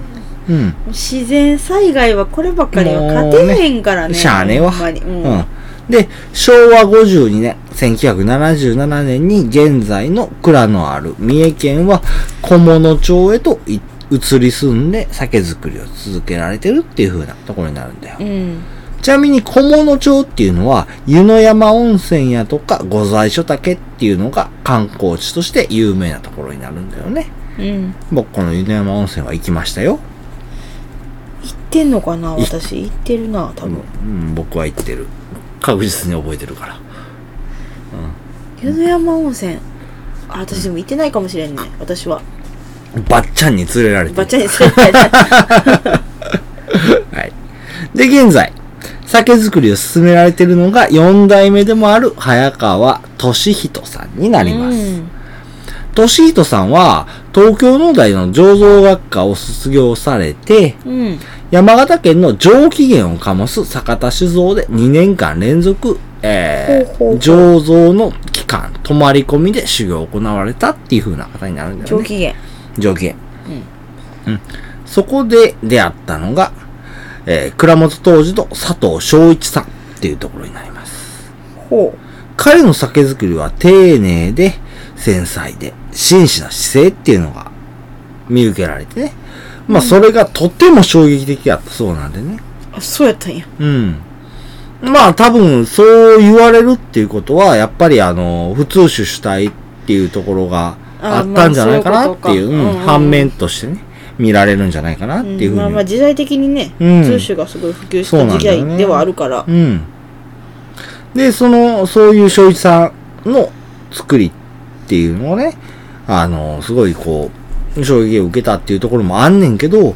Speaker 1: うん。
Speaker 2: 自然災害はこればっかりは勝てへんからね
Speaker 1: しゃあねえわ。
Speaker 2: ほんまにうん
Speaker 1: うん。で、昭和52年、1977年に現在の蔵のある三重県は小物町へとい移り住んで酒造りを続けられてるっていう風なところになるんだよ。
Speaker 2: うん
Speaker 1: ちなみに小物町っていうのは湯の山温泉やとか御在所竹っていうのが観光地として有名なところになるんだよね。
Speaker 2: うん
Speaker 1: 僕この湯の山温泉は行きましたよ。
Speaker 2: 行ってんのかな私行ってるな多分
Speaker 1: うん、僕は行ってる。確実に覚えてるから。
Speaker 2: 湯の山温泉あ私でも行ってないかもしれんね私は
Speaker 1: ばっちゃんに連れられてる
Speaker 2: バチャにされ たら
Speaker 1: はい。で、現在、酒造りを進められているのが4代目でもある早川俊人さんになります。俊人さんは東京農大の醸造学科を卒業されて、
Speaker 2: うんうん
Speaker 1: 山形県の上機嫌を醸す酒田酒造で2年間連続、えー
Speaker 2: ほうほうほう
Speaker 1: 醸造の期間、泊まり込みで修行を行われたっていう風な方になるんだよ
Speaker 2: 上
Speaker 1: ね。
Speaker 2: 機嫌
Speaker 1: 上機嫌。うん。そこで出会ったのが、えー、倉本当時の佐藤昭一さんっていうところになります。
Speaker 2: ほ
Speaker 1: 彼の酒造りは丁寧で、繊細で、真摯な姿勢っていうのが見受けられてね。まあ、それがとても衝撃的だったそうなんでね。
Speaker 2: うあそうやったんや
Speaker 1: うん。まあ多分そう言われるっていうことは、やっぱりあの、普通酒主体っていうところが
Speaker 2: あ
Speaker 1: あったんじゃないか
Speaker 2: まあ
Speaker 1: な
Speaker 2: そう
Speaker 1: っ
Speaker 2: いうこ
Speaker 1: て
Speaker 2: とか
Speaker 1: いう、うん
Speaker 2: うんうんうん
Speaker 1: 反面としてね、見られるんじゃないかなっていうふうに。
Speaker 2: ん、まあまあ時代的にね、
Speaker 1: うん
Speaker 2: 通酒がすごい普及し
Speaker 1: そう
Speaker 2: た
Speaker 1: なん
Speaker 2: 時
Speaker 1: だよね
Speaker 2: 代ではあるから
Speaker 1: うん。で、その、そういう正一さんの作りっていうのをね、あの、すごいこう、衝撃を受けたっていうところもあんねんけど、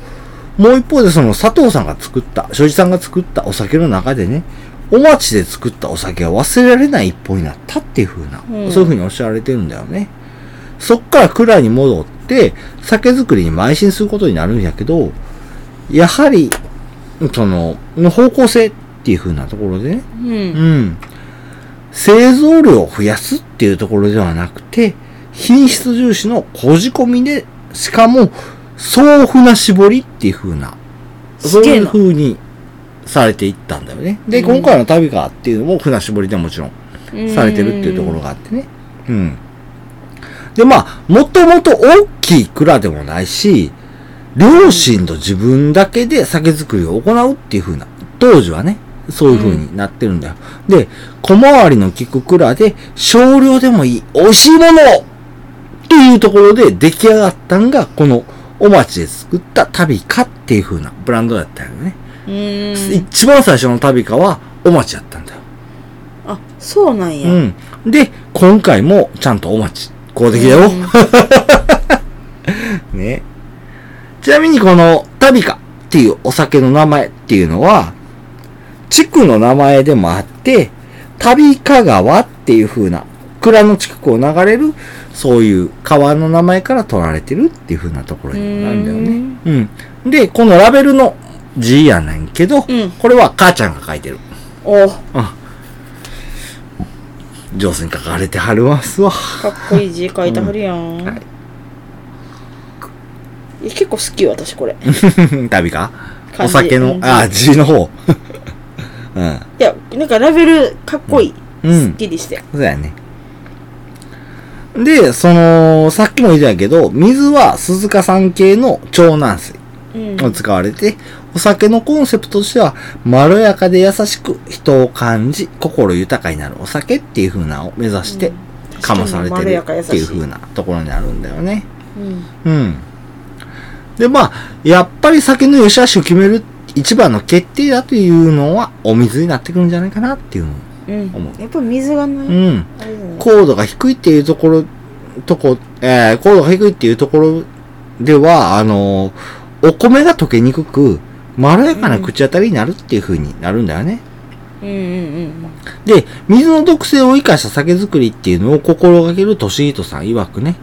Speaker 1: もう一方でその佐藤さんが作った、正一さんが作ったお酒の中でね、お町で作ったお酒は忘れられない一歩になったっていうふうな、
Speaker 2: うん
Speaker 1: そういうふうにおっしゃられてるんだよね。そっから蔵に戻って、酒造りに邁進することになるんやけど、やはり、その、の方向性っていう風なところでね、
Speaker 2: うん。うん。
Speaker 1: うん。製造量を増やすっていうところではなくて、品質重視のこじ込みで、しかも、豊富な絞りっていう風な、
Speaker 2: す
Speaker 1: そうい
Speaker 2: げえ
Speaker 1: う
Speaker 2: な
Speaker 1: 風にされていったんだよね。で、
Speaker 2: うん
Speaker 1: 今回の旅がっていうのも船絞りでもちろんされてるっていうところがあってね。うん。で、まあ、もともと大きい蔵でもないし、両親と自分だけで酒造りを行うっていう風な、当時はね、そういう風になってるんだよ。で、小回りの利く蔵で少量でもいい、美味しいものをっていうところで出来上がったんが、この、お町で作った旅かっていう風なブランドだったよね。
Speaker 2: うん。
Speaker 1: 一番最初の旅かは、お町だったんだよ。
Speaker 2: あ、そうなんや。
Speaker 1: うん。で、今回もちゃんとお待ち。公的だよ。ね。ちなみにこの、タビカっていうお酒の名前っていうのは、地区の名前でもあって、タビカ川っていう風な、蔵の近くを流れる、そういう川の名前から取られてるっていう風なところになるんだよね。うん。で、このラベルの字やねんけど、
Speaker 2: うん
Speaker 1: これは母ちゃんが書いてる。
Speaker 2: お、か
Speaker 1: 上手に書かれてはるますわ。
Speaker 2: っこいい字書いてはるやん。
Speaker 1: はい
Speaker 2: いや結構好きよ私これ。 い
Speaker 1: 旅か
Speaker 2: 漢字
Speaker 1: お酒の、
Speaker 2: うん
Speaker 1: あ、字の方。 うん。
Speaker 2: や、なんかラベルかっこいい。
Speaker 1: うん
Speaker 2: すっきりして。
Speaker 1: そうやね。で、その、さっきも言ったんやけど、水は鈴鹿山系の長南水
Speaker 2: うん。
Speaker 1: を使われて、お酒のコンセプトとしては、まろやかで優しく人を感じ、心豊かになるお酒っていう風なを目指して、かまされて
Speaker 2: まろ
Speaker 1: る
Speaker 2: やか優
Speaker 1: っ
Speaker 2: してい
Speaker 1: いう風なところになるんだよね。
Speaker 2: うん。
Speaker 1: うん。で、まあ、やっぱり酒の良し悪しを決める一番の決定だというのは、お水になってくるんじゃないかなっていうの。
Speaker 2: うん
Speaker 1: 思。う
Speaker 2: やっぱ水がな
Speaker 1: う
Speaker 2: い。
Speaker 1: ん。
Speaker 2: あれだね
Speaker 1: 高度が低いっていうところ、とこ、えー、高度が低いっていうところでは、あのーお米が溶けにくく、まろやかな口当たりになるっていう風になるんだよね。
Speaker 2: うんうん
Speaker 1: で、水の毒性を生かした酒造りっていうのを心がけるトシヒトさん曰くね、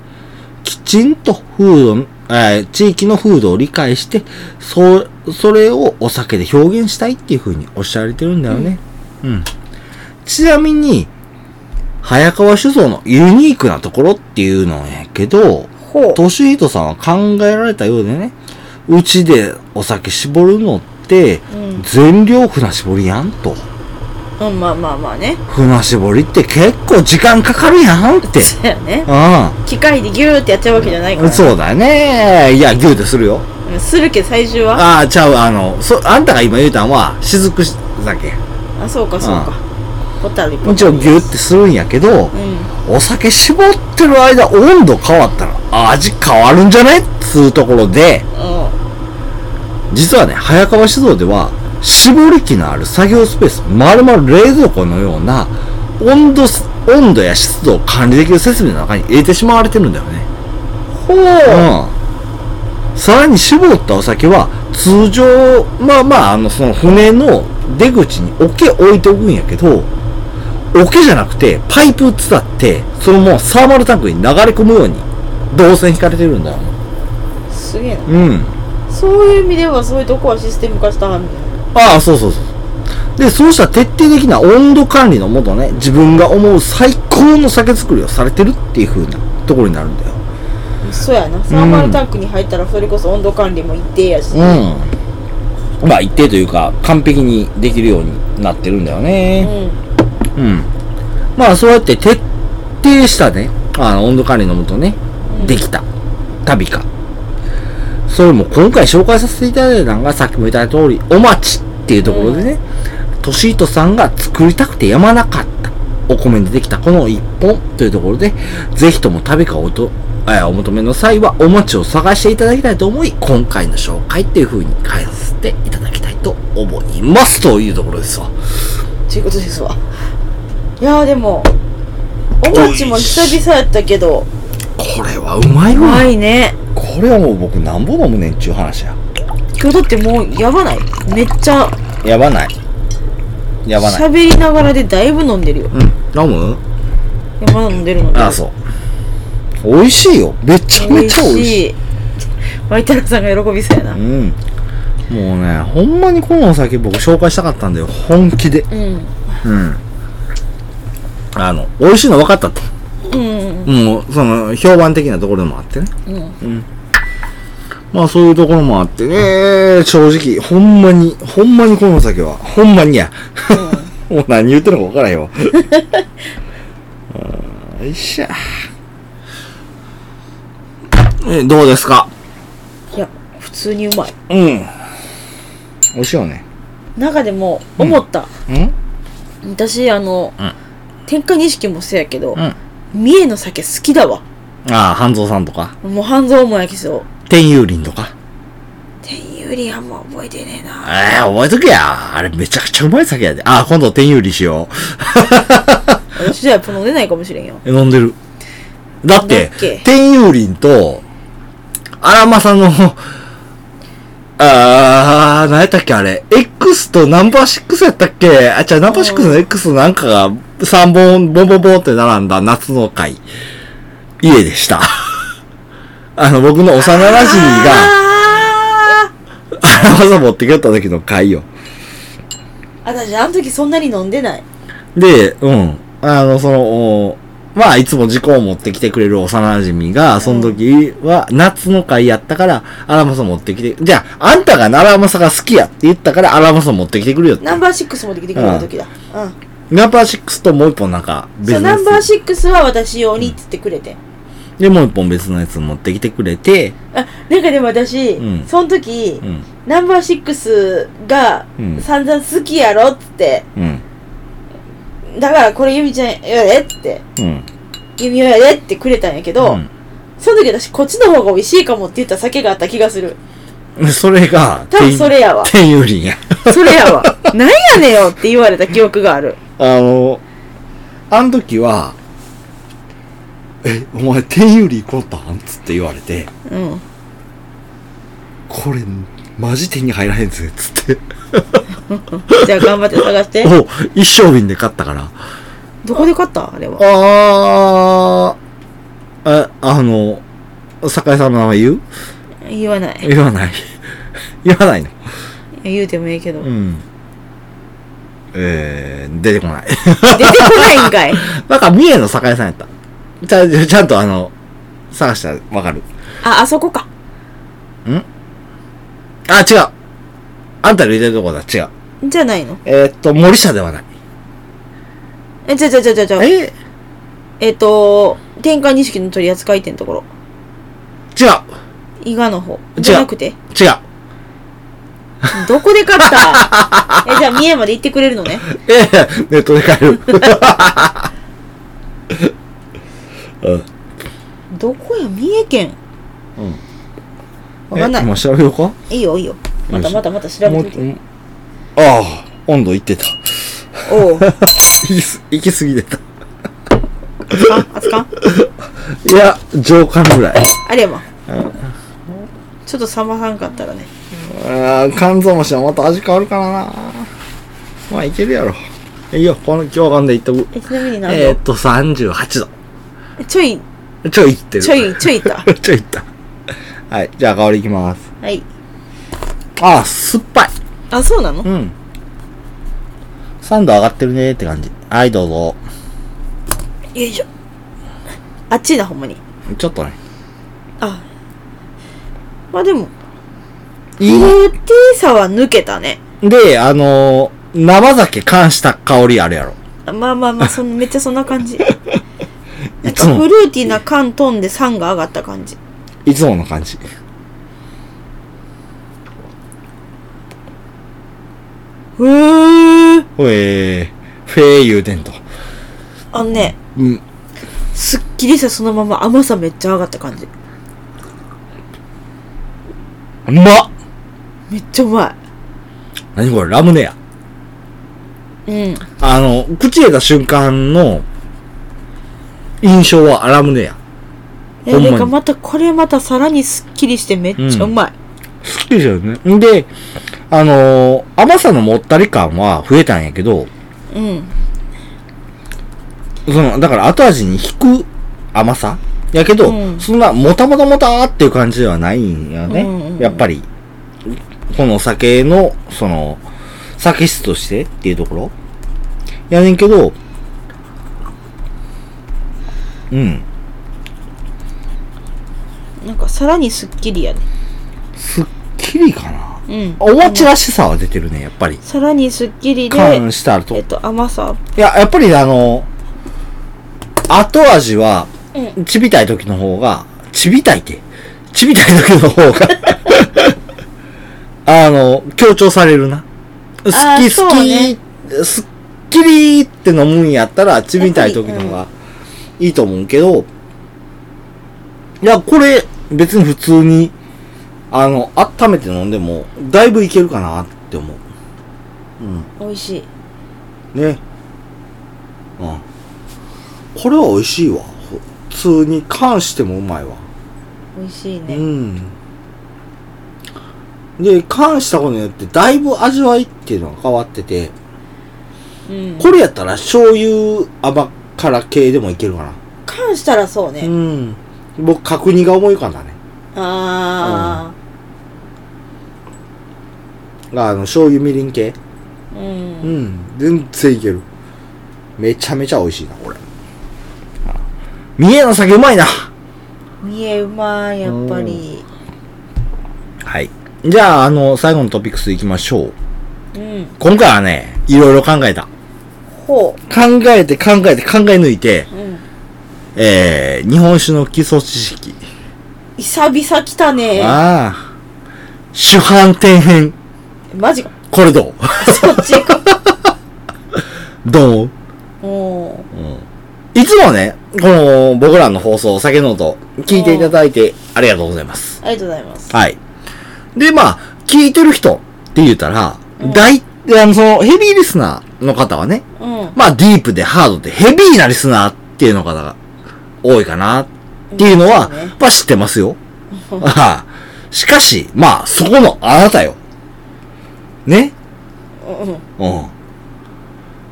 Speaker 1: きちんと風土、えー地域の風土を理解して、そう、それをお酒で表現したいっていうふうにおっしゃられてるんだよね。うん。ちなみに、早川酒造のユニークなところっていうのやけど、
Speaker 2: うん。ほう。
Speaker 1: トシヒトさんは考えられたようでね、うちでお酒絞るのって、
Speaker 2: うん
Speaker 1: 全量船絞りやんと。
Speaker 2: うん、まあまあまあね。
Speaker 1: 船絞りって結構時間かかるやんって。
Speaker 2: そうやね。
Speaker 1: う
Speaker 2: 機械でギューってやっちゃうわけじゃないから。
Speaker 1: ん。そうだね。いや、牛でするよ。
Speaker 2: うん。するけど最終は
Speaker 1: ああ、ちゃう、あの、そ、あんたが今言うたんは、雫酒。
Speaker 2: あ、そうかそうか。ホタル
Speaker 1: もちろん牛ってするんやけど
Speaker 2: う、ん。
Speaker 1: お酒絞ってる間、温度変わったら味変わるんじゃねっつうところで、
Speaker 2: う
Speaker 1: 実はね、早川酒造では、絞り機のある作業スペース、まるまる冷蔵庫のような、温度す、温度や湿度を管理できる設備の中に入れてしまわれてるんだよね。
Speaker 2: ほう。
Speaker 1: うん、さらに絞ったお酒は通常まあまああのその船の出口に桶置いておくんやけど桶じゃなくてパイプ伝ってそのもうサーマルタンクに流れ込むように導線引かれてるんだよ
Speaker 2: すげえな。
Speaker 1: うん
Speaker 2: そういう意味ではそういうとこはシステム化したはんね
Speaker 1: ああそうそうそうでそうした徹底的な温度管理のもとね自分が思う最高の酒造りをされてるっていう風なところになるんだよ
Speaker 2: そうやなサーマルタンクに入ったらそれこそ温度管理も一定やし、
Speaker 1: うん。まあ一定というか、完璧にできるようになってるんだよね。
Speaker 2: うん
Speaker 1: うん。まあそうやって徹底したね、あの温度管理のもとね、
Speaker 2: うん
Speaker 1: できた旅か。それも今回紹介させていただいたのが、さっきも言った通り、お待ちっていうところでね、トシヒトさんが作りたくてやまなかった。お米でできたこの一本というところで、ぜひとも旅かおと、えーお求めの際はお餅を探していただきたいと思い、今回の紹介っていう風に変えさせていただきたいと思いますというところですわ。
Speaker 2: ということですわいやーでもお餅も久々やったけど
Speaker 1: これはうまいうわ
Speaker 2: まいね
Speaker 1: これはもう僕なんぼ飲むねんっちゅう話や
Speaker 2: 今日だってもうやばないめっちゃ
Speaker 1: やばないやばない
Speaker 2: 喋りながらでだいぶ飲んでるよ
Speaker 1: うん飲む
Speaker 2: やば飲んでるので
Speaker 1: あそう美味しいよめちゃめちゃ美味しい
Speaker 2: いワイタラさんが喜びそうやな
Speaker 1: うんもうねほんまにこのお酒僕紹介したかったんだよ本気で
Speaker 2: うん
Speaker 1: うんあの美味しいの分かったと
Speaker 2: うん
Speaker 1: もうその評判的なところでもあってね
Speaker 2: うん
Speaker 1: まあそういうところもあってね、正直、ほんまに、ほんまにこのお酒は、ほんまにや。 もう何言ってるのか分からへんわ。うんよいしゃ。え、どうですか
Speaker 2: いや普通にうまい
Speaker 1: うん。美味しいよね。
Speaker 2: 中でも思った、
Speaker 1: うん
Speaker 2: 私あの、
Speaker 1: うん
Speaker 2: 天下錦もそうやけど、
Speaker 1: うん。
Speaker 2: 三重の酒好きだわ
Speaker 1: ああ、半蔵さんとか、
Speaker 2: もう半蔵もやけど
Speaker 1: 天遊林とか。
Speaker 2: 天有りあんま覚えてねえ
Speaker 1: ええ
Speaker 2: な
Speaker 1: 覚えとけや。あれめちゃくちゃうまい酒やで。ああ、今度天遊林しよ
Speaker 2: 私じゃやっぱ飲んでないかもしれんよ
Speaker 1: う。飲んでる。だって
Speaker 2: だっけ、
Speaker 1: 天遊林と、荒政の、あー、何やったっけあれ。X とナンバー6やったっけあ、じゃナンバー6の X のなんかが3本、ボンボンボンって並んだ夏の会。家でした。 あの、僕の幼馴染 が、
Speaker 2: あ
Speaker 1: 荒政持ってきよった時の会よ。
Speaker 2: ー私あの時そんなに飲んでない
Speaker 1: で、うん。あの、その、おまあ、いつも時効を持ってきてくれる幼馴染が、その時は、夏の会やったから、アラマサ持ってきて、じゃあ、あんたがアラマサが好きやって言ったから、アラマサ持ってきてくるよって。
Speaker 2: ナンバーシックスもできてくれた時だう
Speaker 1: ナンバー6ともう一本なんか、
Speaker 2: んそう
Speaker 1: 別の
Speaker 2: ナ
Speaker 1: や
Speaker 2: ンバー
Speaker 1: つ。
Speaker 2: シックスは私用にって言ってくれて
Speaker 1: で、もう一本別のやつ持ってきてくれて、
Speaker 2: あなんかでも私、
Speaker 1: うん
Speaker 2: その時、
Speaker 1: うん、
Speaker 2: ナンバーシックスが
Speaker 1: うん
Speaker 2: 散々好きやろっつって、
Speaker 1: うん、
Speaker 2: だからこれゆみちゃんやでって
Speaker 1: うん。
Speaker 2: ゆみやでってくれたんやけど、
Speaker 1: うん
Speaker 2: その時私こっちの方が美味しいかもって言った酒があった気がする
Speaker 1: それが、
Speaker 2: 多分それ やわ
Speaker 1: 天遊林や。
Speaker 2: それ やわなんやねんよって言われた記憶がある
Speaker 1: あの、あの時は、え、お前、天遊林行こうたんつって言われて、
Speaker 2: うん
Speaker 1: これ、マジ手に入らへんぜ、つって。
Speaker 2: じゃあ頑張って 探して
Speaker 1: お一升瓶で買ったから。
Speaker 2: どこで買ったあれは
Speaker 1: あー、え、あの、酒井さんの名前言う
Speaker 2: 言わない
Speaker 1: 言わない。 言わないの。
Speaker 2: 言うてもええけど、
Speaker 1: う
Speaker 2: 出て
Speaker 1: ん。えー、出てこない。
Speaker 2: こないんか い
Speaker 1: なんか、三重の酒井さんやった。ちゃん、ちゃんとあの、探したらわかる。
Speaker 2: ああそこか
Speaker 1: あ、違う。あんたの言ってるとこだ、違う。
Speaker 2: じゃないの
Speaker 1: えー、っと、森下ではない。
Speaker 2: えじゃじゃじゃじゃじゃ
Speaker 1: え
Speaker 2: えっ、と天下錦の取り扱い店のところ
Speaker 1: 違う。
Speaker 2: 伊賀の方
Speaker 1: 違う
Speaker 2: じゃなくて
Speaker 1: 違う。
Speaker 2: どこで買った えじゃあ三重まで行ってくれるのね
Speaker 1: ええネットで買える。うん。
Speaker 2: どこや三重県
Speaker 1: うん。
Speaker 2: わかんない
Speaker 1: え今調べようか
Speaker 2: いいよいいよまた
Speaker 1: よし
Speaker 2: またまた調べてみて
Speaker 1: もうああ、温度いってた。
Speaker 2: おう
Speaker 1: 行きす行き過ぎてた。
Speaker 2: 熱かん熱かん
Speaker 1: いや、上巻ぐらい。
Speaker 2: あれやまちょっと冷まさんかったらね
Speaker 1: ああ、肝臓もしはまた味変わるからな。まあ、いけるやろ。いいよ、この今日でいっとく。
Speaker 2: えちなみに何
Speaker 1: えー、っと、38
Speaker 2: 度ちょい
Speaker 1: 度。ちょいいってる。
Speaker 2: ちょ。いちょいいった
Speaker 1: ちょいいった。はい、じゃあ香りいきます。
Speaker 2: はい
Speaker 1: ああ、酸っぱい。
Speaker 2: あそうなの
Speaker 1: うん。3度上がってるねーって感じ。はい、どうぞ。
Speaker 2: よいしょあっちいなほんまに
Speaker 1: ちょっとね。
Speaker 2: あまあでも
Speaker 1: いい
Speaker 2: フルーティーさは抜けたね
Speaker 1: で、あのー、生酒缶した香りあるやろ。
Speaker 2: まあまあまあそんめっちゃそんな感 じなん
Speaker 1: いつ
Speaker 2: かフ
Speaker 1: も、
Speaker 2: ルーティーな缶飛んで酸が上がった感じ
Speaker 1: いつもの感じ。
Speaker 2: ふー
Speaker 1: ほえー、フェー言うてんと。
Speaker 2: あのね
Speaker 1: うん。
Speaker 2: すっきりさそのまま甘さめっちゃ上がった感じ
Speaker 1: うまっ
Speaker 2: めっちゃうまい
Speaker 1: 何これ、ラムネや。
Speaker 2: うん。
Speaker 1: あの、口入れた瞬間の印象はアラムネや。
Speaker 2: え、
Speaker 1: ほんまに
Speaker 2: なんかまた、これまたさらにスッキリしてめっちゃうまい。
Speaker 1: 好きですよね。んで、あのー甘さのもったり感は増えたんやけど、
Speaker 2: うん。
Speaker 1: その、だから後味に引く甘さやけど、
Speaker 2: うん
Speaker 1: そんな、もたもたもたーっていう感じではないんやね。
Speaker 2: うんうんうん
Speaker 1: やっぱり、この酒の、その、酒質としてっていうところやねんけど、うん。
Speaker 2: なんかさらにスッキリやね。
Speaker 1: すっきりかな。
Speaker 2: うん。
Speaker 1: お餅らしさは出てるね、やっぱり。
Speaker 2: さらにスッキリで、
Speaker 1: 感したと
Speaker 2: えっ。と、甘さ。
Speaker 1: いや、やっぱりあの、後味は
Speaker 2: う、
Speaker 1: ちびたい時の方が、ちびたいって、ちびたい時の方が、あの、強調されるな。好
Speaker 2: あー
Speaker 1: き
Speaker 2: そ
Speaker 1: 好
Speaker 2: うね
Speaker 1: き、すっきりって飲むんやったら、ちびたい時の方がいいと思うけど、いや、これ、別に普通に、あの、温めて飲んでも、だいぶいけるかなって思う。うん。
Speaker 2: 美味しい。
Speaker 1: ねうんこれは美味しいわ普通に関してもうまいわ
Speaker 2: 美味しいうね。
Speaker 1: んで関したことによってだいぶ味わいっていうのが変わってて
Speaker 2: うん。
Speaker 1: これやったら醤油甘辛系でもいけるかな
Speaker 2: 感したらそう
Speaker 1: う
Speaker 2: ね。
Speaker 1: ん僕角煮が思い浮かんだね
Speaker 2: あ
Speaker 1: あの醤油みりん系
Speaker 2: あ。うん
Speaker 1: う。ん全然いけるめちゃめちゃ美味しいなこれあ三重の酒うまいな
Speaker 2: 見えうまいやっぱり
Speaker 1: はい。じゃあ、あの、最後のトピックス行きましょう。
Speaker 2: うん
Speaker 1: 今回はね、いろいろ考えた。
Speaker 2: ほ
Speaker 1: 考えて考えて考え抜いて、
Speaker 2: う、うん、
Speaker 1: えー、日本酒の基礎知識。
Speaker 2: 久々来たね
Speaker 1: ああ。主犯転編。
Speaker 2: マジか
Speaker 1: これど
Speaker 2: そっち行く
Speaker 1: う どう
Speaker 2: おー
Speaker 1: いつもね、この僕らの放送、酒の音、聞いていただいてありがとうございます。
Speaker 2: ありがとうございます
Speaker 1: はい。で、まあ、聞いてる人って言ったら、
Speaker 2: うん
Speaker 1: 大、あの、その、ヘビーリスナーの方はね、
Speaker 2: うん
Speaker 1: まあ、ディープでハードでヘビーなリスナーっていうの方が多いかなっていうのは、
Speaker 2: うんそうね
Speaker 1: まあ知ってますよ。ああしかし、まあ、そこのあなたよ。ね
Speaker 2: うんうん
Speaker 1: うん。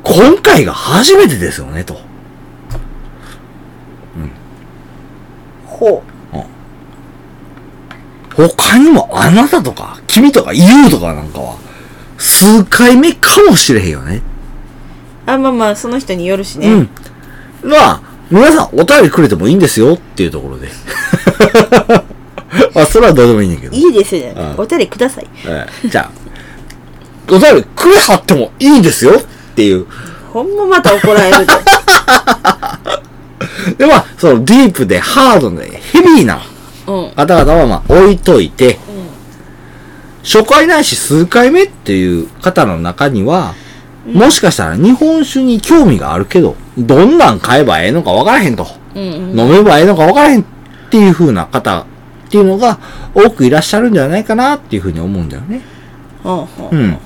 Speaker 1: 今回が初めてですよね、と。
Speaker 2: ほ
Speaker 1: 他にもあなたとか、君とか、言うとかなんかは、数回目かもしれへんよね。
Speaker 2: うあまあまあその人によるしね、
Speaker 1: うん。まあ、皆さんお便りくれてもいいんですよっていうところで。 まあ、それはどうでもいいねんだけど。
Speaker 2: いいですよじゃなくて
Speaker 1: うん
Speaker 2: お便りください
Speaker 1: ええじゃあ、お便りくれはってもいいんですよっていう。
Speaker 2: ほんままた怒られる
Speaker 1: で、
Speaker 2: で
Speaker 1: まあ、そのディープでハードでヘビーな
Speaker 2: うん
Speaker 1: 方々はまあ置いといて、
Speaker 2: うん
Speaker 1: 初回ないし数回目っていう方の中には、もしかしたら日本酒に興味があるけど、どんなん買えばええのかわからへんと。
Speaker 2: うんうん
Speaker 1: 飲めばええのか分からへんっていう風な方っていうのが多くいらっしゃるんじゃないかなっていう風に思うんだよね。
Speaker 2: ほう
Speaker 1: う
Speaker 2: ほ
Speaker 1: ん。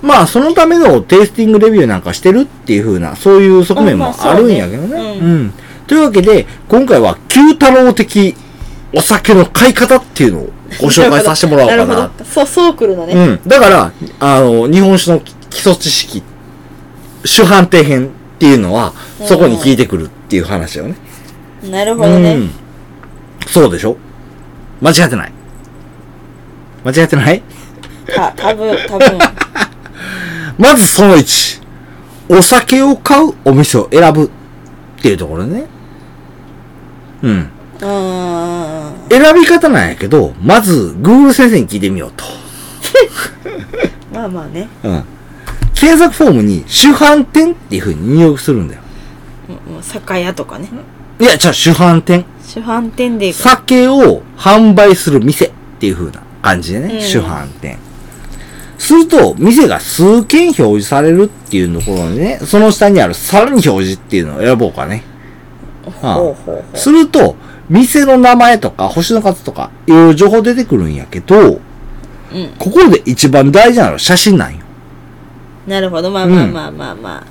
Speaker 1: まあ、そのためのテイスティングレビューなんかしてるっていう風な、そういう側面
Speaker 2: あ
Speaker 1: も
Speaker 2: まあ
Speaker 1: あるんやけど
Speaker 2: そう
Speaker 1: ね。
Speaker 2: ね
Speaker 1: う。
Speaker 2: うん
Speaker 1: というわけで、今回は、九太郎的お酒の買い方っていうのをご紹介させてもらおうか
Speaker 2: なる
Speaker 1: な
Speaker 2: ほ。どそうそうくるのね、
Speaker 1: うん。だから、あの、日本酒の基礎知識、主判定編っていうのは、そこに効いてくるっていう話だよね。
Speaker 2: なるほどね、
Speaker 1: うん。そうでしょ間違ってない。間違ってない
Speaker 2: た多分多分
Speaker 1: まずその1。お酒を買うお店を選ぶっていうところね。うん。
Speaker 2: うーん
Speaker 1: 選び方なんやけど、まず Google 先生に聞いてみようと。
Speaker 2: まあまあね
Speaker 1: うん。検索フォームに主販店っていう風に入力するんだよ。
Speaker 2: うんうん酒屋とかね
Speaker 1: いや、じゃあ主販店。
Speaker 2: 主販店で行く
Speaker 1: 酒を販売する店っていう風な感じでね、
Speaker 2: うん
Speaker 1: 主販店。すると、店が数件表示されるっていうところでね、その下にあるさらに表示っていうのを選ぼうかね。あ
Speaker 2: ほうほうほう
Speaker 1: すると、店の名前とか星の数とかいろいろ情報出てくるんやけど、
Speaker 2: うん
Speaker 1: ここで一番大事なのは写真なんよ。
Speaker 2: なるほど。まあまあまあまあまあ。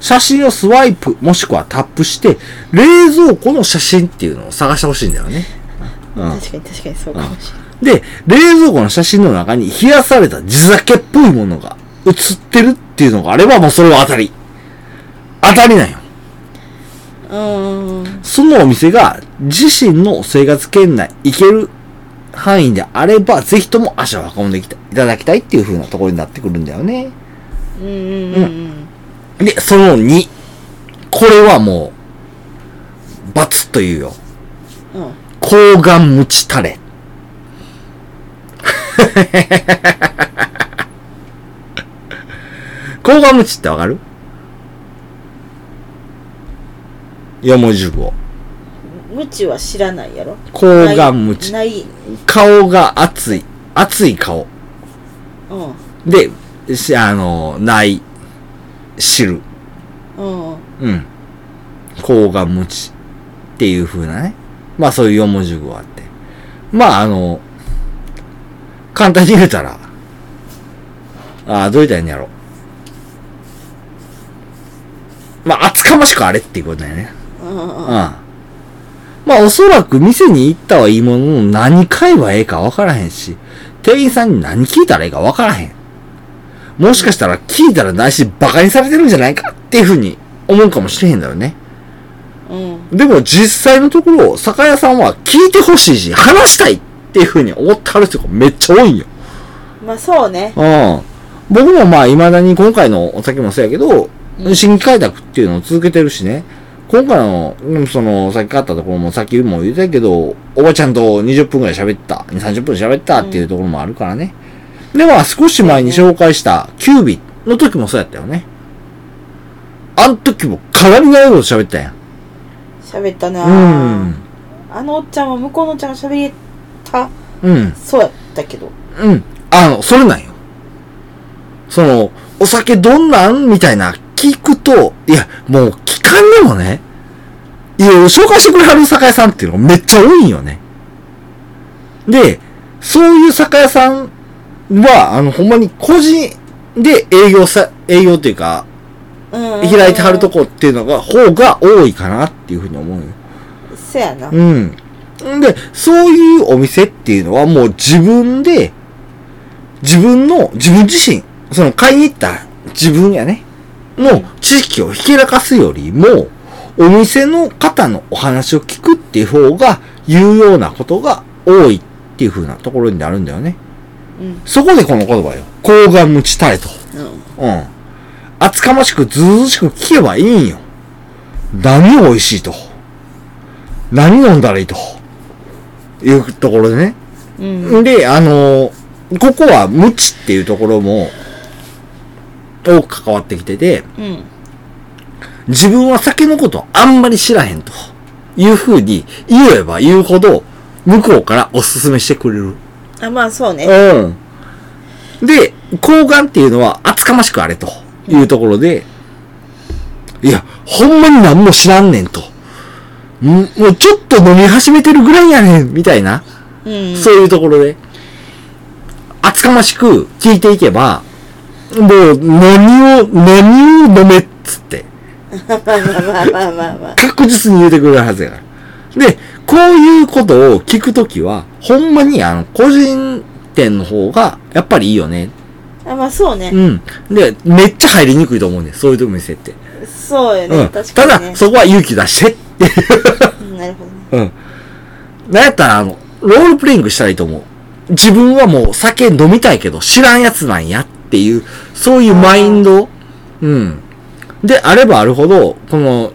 Speaker 1: 写真をスワイプ、もしくはタップして、冷蔵庫の写真っていうのを探してほしいんだよね。うん。
Speaker 2: 確かに確かにそうかもしれない。
Speaker 1: で、冷蔵庫の写真の中に冷やされた地酒っぽいものが写ってるっていうのがあればもうそれは当たり。当たりなんよ。
Speaker 2: うーん。
Speaker 1: そのお店が自身の生活圏内行ける範囲であれば、ぜひとも足を運んできたいただきたいっていう風なところになってくるんだよね。
Speaker 2: うんうんうんうん。
Speaker 1: で、その2。これはもう、バツッと言うよ。
Speaker 2: うん。
Speaker 1: 抗がん無知タ レ。抗がん無知ってわかる ?4 文字熟語。
Speaker 2: 無知は知らないやろ。
Speaker 1: 抗がん無知。
Speaker 2: ない。
Speaker 1: 顔が熱い。熱い顔。
Speaker 2: うん。
Speaker 1: で、しあの、ない。知る。
Speaker 2: うん。
Speaker 1: うん。甲が無知っていう風なね。まあそういう四文字熟語があって。まああの、簡単に言うたら、ああ、どう言ったらいいんやろ。まあ、厚かましくあれっていうことだよね。
Speaker 2: うん
Speaker 1: うん。まあ、おそらく店に行ったはいいものの、何買えばええかわからへんし、店員さんに何聞いたらええかわからへん。もしかしたら聞いたらないし、馬鹿にされてるんじゃないかっていうふうに思うかもしれへんだよね。
Speaker 2: うん。
Speaker 1: でも実際のところ、酒屋さんは聞いてほしいし、話したいっていうふうに思ってはる人がめっちゃ多いんよ。
Speaker 2: まあそうね。
Speaker 1: うん。僕もまあ、未だに今回のお酒もそうやけど、
Speaker 2: うん
Speaker 1: 新規開拓っていうのを続けてるしね。今回の、うんその、さっき買ったところも、さっきも言ったけど、おばちゃんと20分くらい喋った、2、30分喋ったっていうところもあるからね。で、まあ、少し前に紹介した、キュービの時もそうやったよね。あの時も、かなり長いこと喋ったやん。
Speaker 2: 喋ったな
Speaker 1: うん。
Speaker 2: あのおっちゃんは向こうのおっちゃんが喋れた、
Speaker 1: うん。
Speaker 2: そうやったけど。
Speaker 1: うん。あの、それなんよ。その、お酒どんなんみたいな、聞くと、いや、もう、聞かんでもね、いや、紹介してくれはる酒屋さんっていうのがめっちゃ多いんよね。で、そういう酒屋さんは、あの、ほんまに個人で営業さ、営業っていうか、
Speaker 2: うん。
Speaker 1: 開いてはると。こっていうのが、方が多いかなっていうふうに思うよ。
Speaker 2: そうやな。
Speaker 1: うん。で、そういうお店っていうのはもう自分で、自分の、自分自身、その買いに行った自分やね、の知識をひけらかすよりも、お店の方のお話を聞くっていう方が有用なことが多いっていう風なところになるんだよね。
Speaker 2: うん。
Speaker 1: そこでこの言葉よ。高顔無知たれと。
Speaker 2: うん。
Speaker 1: うん。厚かましくずうずうしく聞けばいいんよ。何美味しいと。何飲んだらいいと。いうところでね。
Speaker 2: うん。
Speaker 1: で、あのここは無知っていうところも、と関わってきてて、
Speaker 2: うん。
Speaker 1: 自分は酒のことあんまり知らへんと。いうふうに言えば言うほど、向こうからおすすめしてくれる。
Speaker 2: あ、まあそうね。
Speaker 1: うん。で、抗がんっていうのは厚かましくあれというところで、いや、ほんまに何も知らんねんと。んもうちょっと飲み始めてるぐらいやねん、みたいな。
Speaker 2: うん。
Speaker 1: そういうところで。厚かましく聞いていけば、もう何を、何を飲めっつって。
Speaker 2: まあまあまあまあまあまあ。
Speaker 1: 確実に言うてくれるはずやから。で、こういうことを聞くときは、ほんまにあの、個人店の方が、やっぱりいいよね。
Speaker 2: あ、まあそうね。
Speaker 1: うん。で、めっちゃ入りにくいと思うね。そういうとこ店って。
Speaker 2: そうよね。
Speaker 1: うん。
Speaker 2: 確
Speaker 1: た
Speaker 2: かに、ね。
Speaker 1: だ、そこは勇気出してって。
Speaker 2: うんなるほどね。
Speaker 1: うん。なんやったら、あの、ロールプレイングしたらいいと思う。自分はもう酒飲みたいけど、知らんやつなんやっていう、そういうマインド。うん。で、あればあるほど、この、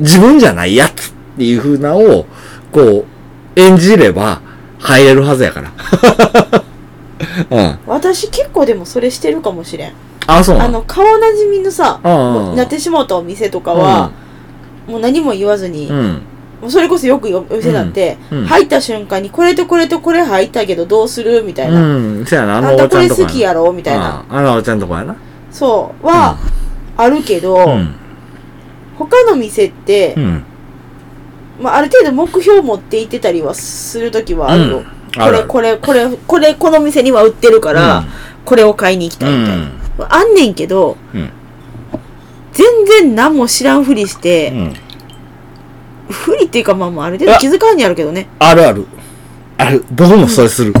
Speaker 1: 自分じゃないやつっていう風なのを、こう、演じれば、入れるはずやから。 うん。
Speaker 2: 私結構でもそれしてるかもしれん。
Speaker 1: あ、そうな
Speaker 2: あの、顔なじみのさ、
Speaker 1: うんうんうん
Speaker 2: もうなってしまうたお店とかは、もう何も言わずに、
Speaker 1: う
Speaker 2: も
Speaker 1: ん。
Speaker 2: うそれこそよくよお店なんて、
Speaker 1: うんうん
Speaker 2: 入った瞬間にこれとこれとこれ入ったけどどうするみたいな。
Speaker 1: うん。そやな、あ
Speaker 2: あ
Speaker 1: の
Speaker 2: ん
Speaker 1: おば
Speaker 2: た
Speaker 1: ち
Speaker 2: こ
Speaker 1: ゃん
Speaker 2: れ
Speaker 1: とか。
Speaker 2: 好きやろみたいな。
Speaker 1: うんあのおばちゃんとこやな。
Speaker 2: そう。は、あるけど、
Speaker 1: うん。
Speaker 2: 他の店って、
Speaker 1: うん。
Speaker 2: まあ、ある程度目標持って行ってたりはするときはあるよ。
Speaker 1: うんある
Speaker 2: こ
Speaker 1: あ
Speaker 2: れ、
Speaker 1: る
Speaker 2: これ、これ、これ、この店には売ってるから、
Speaker 1: うん
Speaker 2: これを買いに行きた
Speaker 1: う
Speaker 2: いみたいな。
Speaker 1: ん。
Speaker 2: あんねんけど、
Speaker 1: うん
Speaker 2: 全然何も知らんふりして、
Speaker 1: うん。
Speaker 2: 不利っていうかまあまあある程度気づかんにあるけ どね
Speaker 1: あるある。ある。僕もそれする。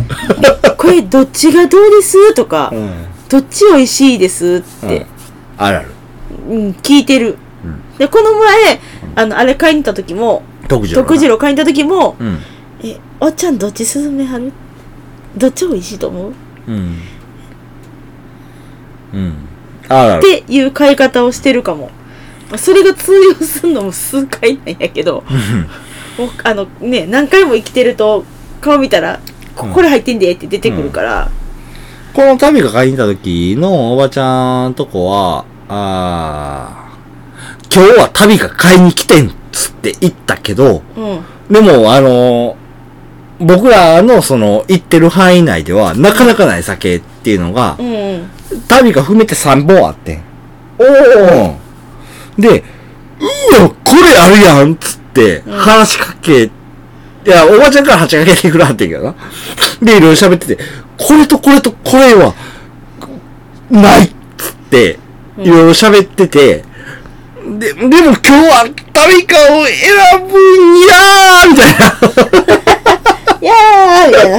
Speaker 2: これどっちがどうですとか、
Speaker 1: うん。
Speaker 2: どっち美味しいですっ
Speaker 1: うん
Speaker 2: て、
Speaker 1: あるある。
Speaker 2: うん聞いてる、
Speaker 1: うん
Speaker 2: でこの前あのあれ買いに行った時も
Speaker 1: 特需。
Speaker 2: 徳次郎買いに行った時も
Speaker 1: うん。
Speaker 2: 「えおっちゃんどっち進めはるどっち美味しいと思う?」
Speaker 1: うん。うん。あるあ
Speaker 2: っ
Speaker 1: る。
Speaker 2: ていう買い方をしてるかもまあそれが通用するのも数回なんやけどもうあのね何回も生きてると顔見たら「こ
Speaker 1: うん
Speaker 2: これ入ってんで」って出てくるから、
Speaker 1: この旅が買いに行った時のおばちゃんとこは、あー今日は旅が買いに来てんっつって言ったけど、
Speaker 2: うん、
Speaker 1: でも、あの僕らのその、行ってる範囲内では、なかなかない酒っていうのが
Speaker 2: う、んうん
Speaker 1: 旅が含めて3本あってん。
Speaker 2: おお
Speaker 1: うん。で、うわ、これあるやんっつって、
Speaker 2: うん
Speaker 1: 話しかけ、いや、おばちゃんから話しかけてくれはってんけどな。で、いろいろ喋ってて、これとこれとこれは、ないっつって、いろいろ喋ってて、で、でも今日は誰かを選ぶんやーみたいな。
Speaker 2: いやーみたいな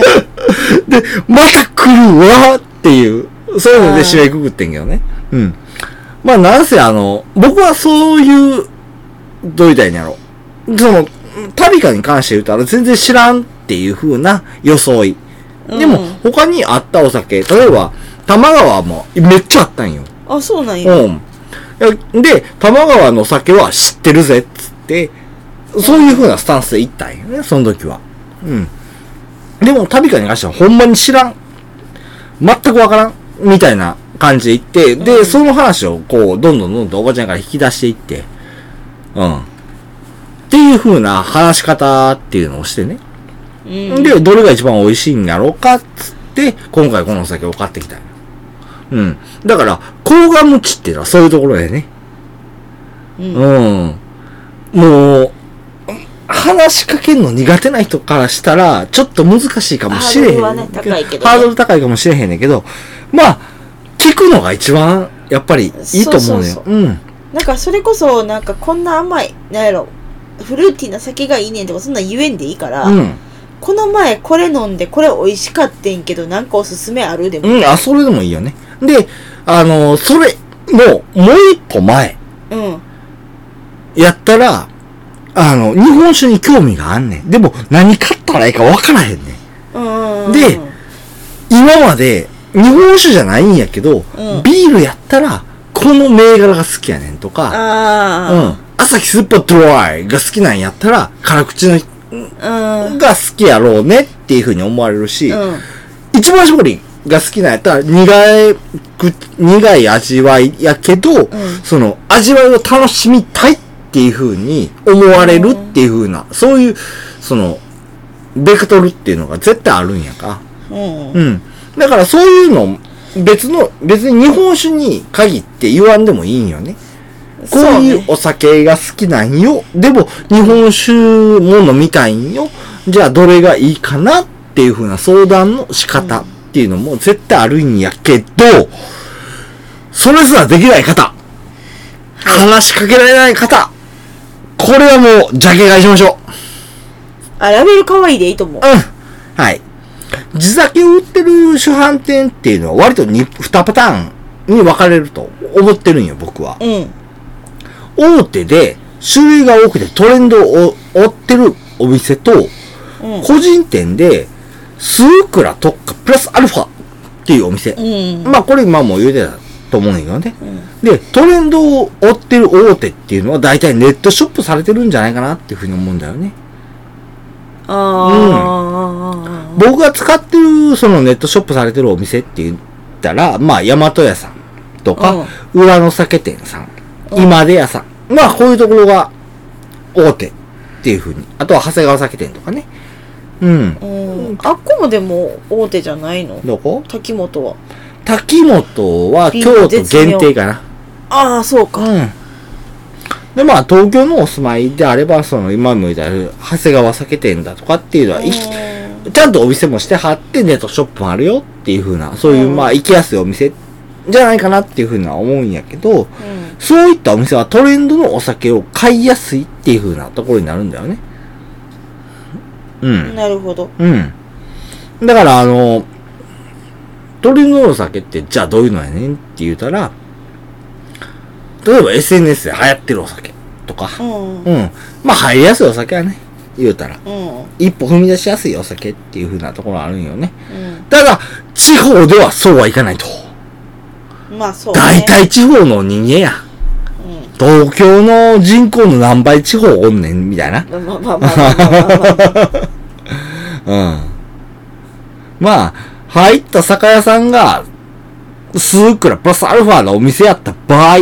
Speaker 1: で、また来るわっていう、そういうので締めくくってんけどね。うん。まあ、なんせあの、僕はそういう、どう言ったらいいんやろ。その、タビカに関して言うたら全然知らんっていう風な装い。でも
Speaker 2: うん、
Speaker 1: 他にあったお酒、例えば、玉川もめっちゃあったんよ。
Speaker 2: あそうなんや、
Speaker 1: うん。いやで、玉川の酒は知ってるぜ、っつって、そういう風なスタンスで行ったんよね、その時は。うん。でも、タビカに関してはほんまに知らん。全くわからん。みたいな感じで行って、で、
Speaker 2: うん
Speaker 1: その話をこう、どんどんどんどんおばちゃんから引き出していって、うん。っていう風な話し方っていうのをしてね。
Speaker 2: うん
Speaker 1: で、どれが一番美味しいんやろうかっつって、今回このお酒を買ってきたんようん。だから、高ガムチっていうのはそういうところでね。
Speaker 2: うん
Speaker 1: うん。もう、話しかけるの苦手な人からしたら、ちょっと難しいかもしれへん。
Speaker 2: ハードルはね高いけどね
Speaker 1: ハードル高いかもしれへんねんけど、まあ、聞くのが一番、やっぱりいいと思うのよ。
Speaker 2: そうそう
Speaker 1: うん。
Speaker 2: なんかそれこそなんかこんな甘いなんやろフルーティーな酒がいいねんとかそんなん言えんでいいから、
Speaker 1: うん。
Speaker 2: この前これ飲んでこれ美味しかってんけどなんかおすすめあるでも
Speaker 1: うん、あ、それでもいいよね。で、あの、それ、もう、もう一歩前。
Speaker 2: うん
Speaker 1: やったら、あの、日本酒に興味があんねん。でも、何買ったらいいか分からへんねん。
Speaker 2: うんうん
Speaker 1: で今まで、日本酒じゃないんやけど、
Speaker 2: うん
Speaker 1: ビールやったら、この銘柄が好きやねんとか、う
Speaker 2: あ
Speaker 1: ん。朝日スーパードライが好きなんやったら、辛口の
Speaker 2: あうん
Speaker 1: が好きやろうねっていうふうに思われるし、
Speaker 2: うん
Speaker 1: 一番搾りが好きなんやったら、苦いく、苦い味わいやけど、
Speaker 2: ん
Speaker 1: その、味わいを楽しみたいっていう風に思われるっていう風な、そういう、その、ベクトルっていうのが絶対あるんやか。
Speaker 2: うん
Speaker 1: うん。だからそういうの、別の、別に日本酒に限って言わんでもいいんよね。こう
Speaker 2: そ
Speaker 1: いうう
Speaker 2: ね
Speaker 1: お酒が好きなんよ。でも、日本酒も飲みたいんよ。じゃあ、どれがいいかなっていう風な相談の仕方っていうのも絶対あるんやけど、それすらできない方、話しかけられない方、これはもう、ジャケ買いしましょう。
Speaker 2: あラベル可愛いでいいと思う
Speaker 1: うん。はい。地酒を売ってる主販店っていうのは割と 2, 2パターンに分かれると思ってるんよ、僕は。
Speaker 2: うん
Speaker 1: 大手で種類が多くてトレンドを追ってるお店と、
Speaker 2: うん
Speaker 1: 個人店で数くら特化プラスアルファっていうお店。
Speaker 2: うん
Speaker 1: まあこれ今もう言うてたと思うんだけどね。
Speaker 2: うん
Speaker 1: で、トレンドを追ってる大手っていうのは大体ネットショップされてるんじゃないかなっていうふうに思うんだよね。
Speaker 2: あ
Speaker 1: 僕が使ってる、そのネットショップされてるお店って言ったら、まあ、大和屋さんとか、裏の酒店さん、
Speaker 2: うん
Speaker 1: 今出屋さん。まあ、こういうところが大手っていうふうに。あとは、長谷川酒店とかね。うん
Speaker 2: あ。うんあっこもでも大手じゃないの
Speaker 1: どこ
Speaker 2: 滝本は
Speaker 1: 滝本は
Speaker 2: 微
Speaker 1: 京
Speaker 2: 妙
Speaker 1: 都限定かな。
Speaker 2: ああそうか
Speaker 1: うん。で、まあ、東京のお住まいであれば、その、今も言ったら長谷川酒店だとかっていうのは、行きちゃんとお店もしてはって、ネットショップもあるよっていう風な、そういう、
Speaker 2: うん
Speaker 1: まあ、行きやすいお店じゃないかなっていうふうな思うんやけど、
Speaker 2: うん
Speaker 1: そういったお店はトレンドのお酒を買いやすいっていう風なところになるんだよね。うん。
Speaker 2: なるほど
Speaker 1: うん。だから、あの、トレンドのお酒って、じゃあどういうのやねんって言うたら、例えば SNS で流行ってるお酒とか、
Speaker 2: うん
Speaker 1: うん。まあ、入りやすいお酒はね、言うたら、
Speaker 2: うんうん
Speaker 1: 一歩踏み出しやすいお酒っていう風なところあるんよね。ただ、地方ではそうはいかないと。
Speaker 2: まあそうね
Speaker 1: 大体地方の人間や。
Speaker 2: う
Speaker 1: 東京の人口の何倍地方おんねん、みたいな。
Speaker 2: んまあまあまあまあ まあまあまあ
Speaker 1: うん。まあ、入った酒屋さんが、数くらいプラスアルファのお店やった場合、っ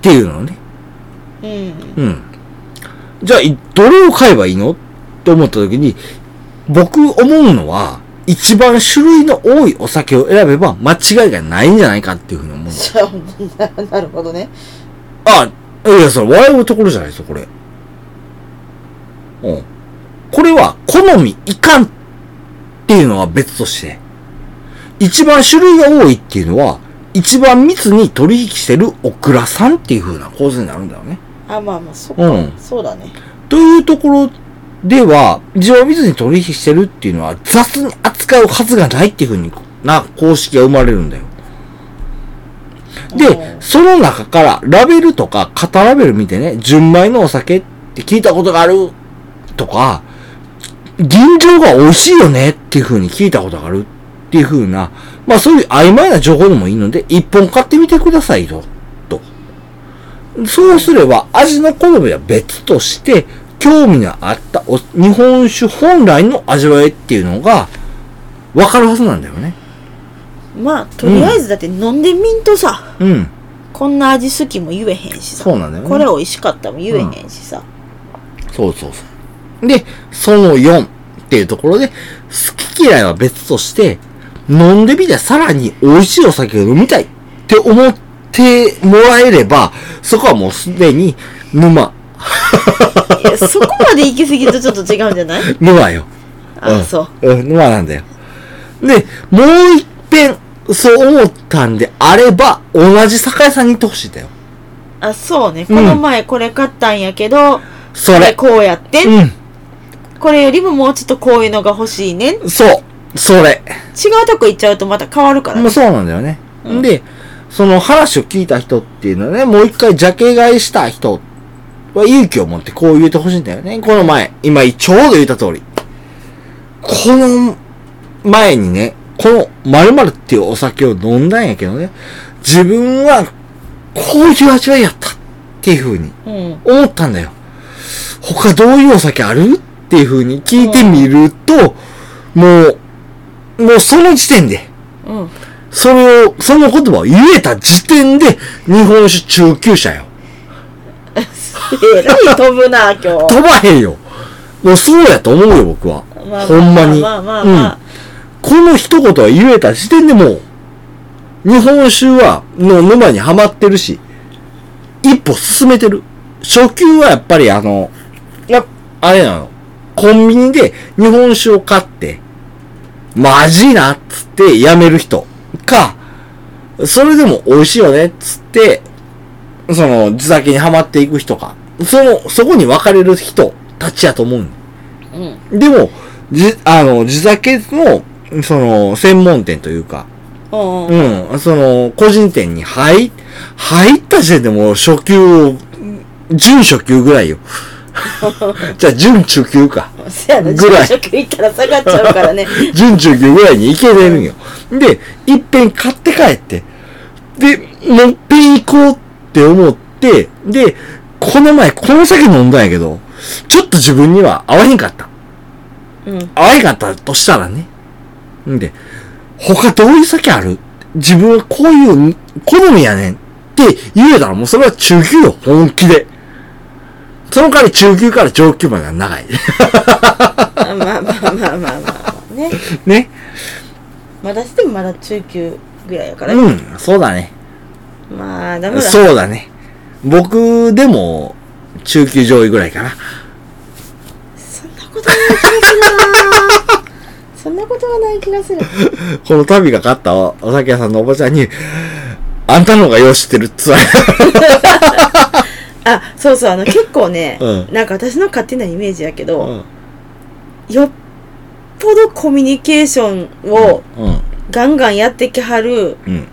Speaker 1: ていうのね。
Speaker 2: うん
Speaker 1: うん。じゃあ、いどれを買えばいいのと思った時に、僕思うのは、一番種類の多いお酒を選べば間違いがないんじゃないかっていうふうに思うの。
Speaker 2: じゃあ ななるほどね
Speaker 1: あ、いや、それ笑うところじゃないですよ、これ。うん。これは、好みいかんっていうのは別として、一番種類が多いっていうのは、一番密に取引してるオクラさんっていう風な構図になるんだよね。
Speaker 2: あまあまあそっか
Speaker 1: うん。
Speaker 2: そうだね
Speaker 1: というところでは、一番密に取引してるっていうのは、雑に扱うはずがないっていう風にな公式が生まれるんだよ。
Speaker 2: う
Speaker 1: で、
Speaker 2: ん
Speaker 1: その中から、ラベルとか、型ラベル見てね、純米のお酒って聞いたことがあるとか、吟醸が美味しいよねっていう風に聞いたことがあるっていう風な、まあそういう曖昧な情報でもいいので、一本買ってみてくださいと。と。そうすれば、味の好みは別として、興味のあったお日本酒本来の味わいっていうのが、わかるはずなんだよね。
Speaker 2: まあとりあえずだって飲んでみんとさ
Speaker 1: うん。
Speaker 2: こんな味好きも言えへんしさ
Speaker 1: そうなんだよね。
Speaker 2: これ美味しかったも言えへんしさ
Speaker 1: そうそうそう。で、その4っていうところで、好き嫌いは別として、飲んでみてさらに美味しいお酒を飲みたいって思ってもらえれば、そこはもうすでに沼、
Speaker 2: いやそこまで行き過ぎるとちょっと違うんじ ゃない
Speaker 1: 沼よ。
Speaker 2: あ
Speaker 1: ん
Speaker 2: そう。
Speaker 1: うん、沼なんだよ。で、もう一遍、そう思ったんであれば、同じ酒屋さんに行ってほしいんだよ。
Speaker 2: あそうねこ
Speaker 1: うん
Speaker 2: の前これ買ったんやけど
Speaker 1: そ
Speaker 2: これ
Speaker 1: れ。
Speaker 2: こうやって
Speaker 1: う、
Speaker 2: これよりももうちょっとこういうのが欲しいね違うん
Speaker 1: そう、それ。
Speaker 2: とこ行っちゃうとまた変わるから
Speaker 1: ま
Speaker 2: ね
Speaker 1: あそうなんだよね。
Speaker 2: うん
Speaker 1: で、その話を聞いた人っていうのはね、もう一回ジャケ買いした人は勇気を持ってこう言ってほしいんだよね。この前、今ちょうど言った通り。この前にね、この〇〇っていうお酒を飲んだんやけどね、自分はこういう味わいやったっていう風に
Speaker 2: うん
Speaker 1: 思ったんだよ。他どういうお酒あるっていう風に聞いてみると、もう、もうその時点で、
Speaker 2: うん
Speaker 1: それを、その言葉を言えた時点で、日本酒中級者よ。
Speaker 2: えらい飛ぶな今 日
Speaker 1: 飛ばへんよ。もうそうやと思うよ、僕は。
Speaker 2: まあ
Speaker 1: ほんまに。
Speaker 2: まあまあまあまあ
Speaker 1: うん。この一言を言えた時点でもう、日本酒は、の沼にはまってるし、一歩進めてる。初級はやっぱりあの、や、あれなの。コンビニで日本酒を買って、マジなっつってやめる人か、それでも美味しいよねっつって、その、地酒にはまっていく人か、その、そこに分かれる人たちやと思うん
Speaker 2: うん
Speaker 1: でも、じ、あの、地酒の、その、専門店というか、
Speaker 2: うんうん
Speaker 1: うん、その、個人店に入、入った時点でもう初級を、準初級ぐらいよ。 じゃあ、準中級か。
Speaker 2: そやな
Speaker 1: ぐらい
Speaker 2: 昼食行ったら下がっちゃうから ね
Speaker 1: 準中級ぐらいに行けれるんよ。で、いっぺん買って帰って、で、もう一遍行こうって思って、で、この前、この酒飲んだんやけど、ちょっと自分には合わへんかった。
Speaker 2: うん
Speaker 1: 可愛かったとしたらね。んで、他どういう酒ある自分はこういう好みやねんって言えたらもうそれは中級よ、本気で。その代わり中級から上級までが長い。
Speaker 2: まあまあまあまあまあまあね
Speaker 1: ね。
Speaker 2: まだしてもまだ中級ぐらいやからね
Speaker 1: うん、そうだね。
Speaker 2: まあダメだ
Speaker 1: そうだね。僕でも中級上位ぐらいかな。
Speaker 2: そんなことない気がするなそんなことはない気がする。
Speaker 1: この旅が買ったお酒屋さんのおばちゃんに、あんたの方がよう知ってるっつわ。
Speaker 2: あそうそうあの結構ね、
Speaker 1: う
Speaker 2: なんか私の勝手なイメージやけ
Speaker 1: う
Speaker 2: ど、
Speaker 1: ん。
Speaker 2: よっぽどコミュニケーションを
Speaker 1: うん。
Speaker 2: ガンガンやってきはる
Speaker 1: うん。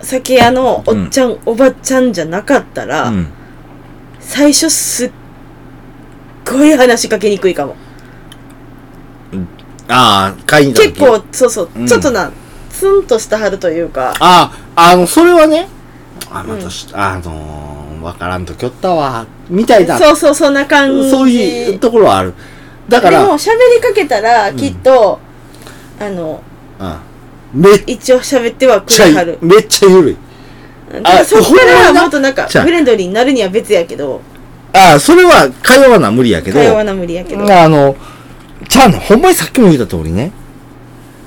Speaker 2: 酒屋のおっちゃん、おばちゃんじゃなかったら、
Speaker 1: うん。
Speaker 2: 最初すっごい話しかけにくいかも
Speaker 1: ああ、会員だ
Speaker 2: 結構そうそう、
Speaker 1: うん
Speaker 2: ちょっとなツンとしたはるというか
Speaker 1: ああ、あの、それはね、あ、ま
Speaker 2: う
Speaker 1: た
Speaker 2: ん
Speaker 1: し、あのー、わからんときょったわ、みたいな、
Speaker 2: そうそうそんな感じ
Speaker 1: そういうところはある。だか
Speaker 2: でも
Speaker 1: ら、
Speaker 2: 喋りかけたらきっと、あの
Speaker 1: うん、めっ
Speaker 2: 一応喋ってはく
Speaker 1: ちゃ
Speaker 2: れはる
Speaker 1: い、めっちゃゆるい。
Speaker 2: だからそっか
Speaker 1: ほ
Speaker 2: ら
Speaker 1: んまだ
Speaker 2: もっとなんか
Speaker 1: じゃあ
Speaker 2: フレンドリーになるには別やけど
Speaker 1: ああ、それは会話な無理やけど、
Speaker 2: 会話な無理やけど、
Speaker 1: あの、ちゃうの、ほんまにさっきも言った通りね、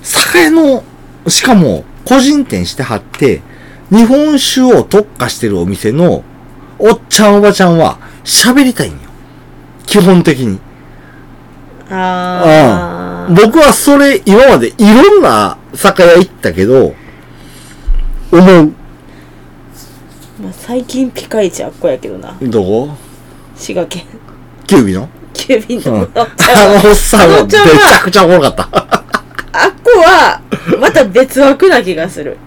Speaker 1: 酒屋の、しかも、個人店してはって、日本酒を特化してるお店の、おっちゃんおばちゃんは、喋りたいんよ。基本的に。
Speaker 2: ああ
Speaker 1: 僕はそれ今までいろんな酒屋行ったけど、思
Speaker 2: まあ、最近ピカイチあっこやけどな
Speaker 1: う、どこ
Speaker 2: 滋賀県
Speaker 1: キュービの
Speaker 2: 急便
Speaker 1: うん。
Speaker 2: の
Speaker 1: あ
Speaker 2: おっちゃんは
Speaker 1: のおっさん
Speaker 2: あ
Speaker 1: は
Speaker 2: のおっ
Speaker 1: め
Speaker 2: ち
Speaker 1: ち
Speaker 2: ゃんは
Speaker 1: ゃくちゃおもろかった。
Speaker 2: あっこはまた別枠な気がする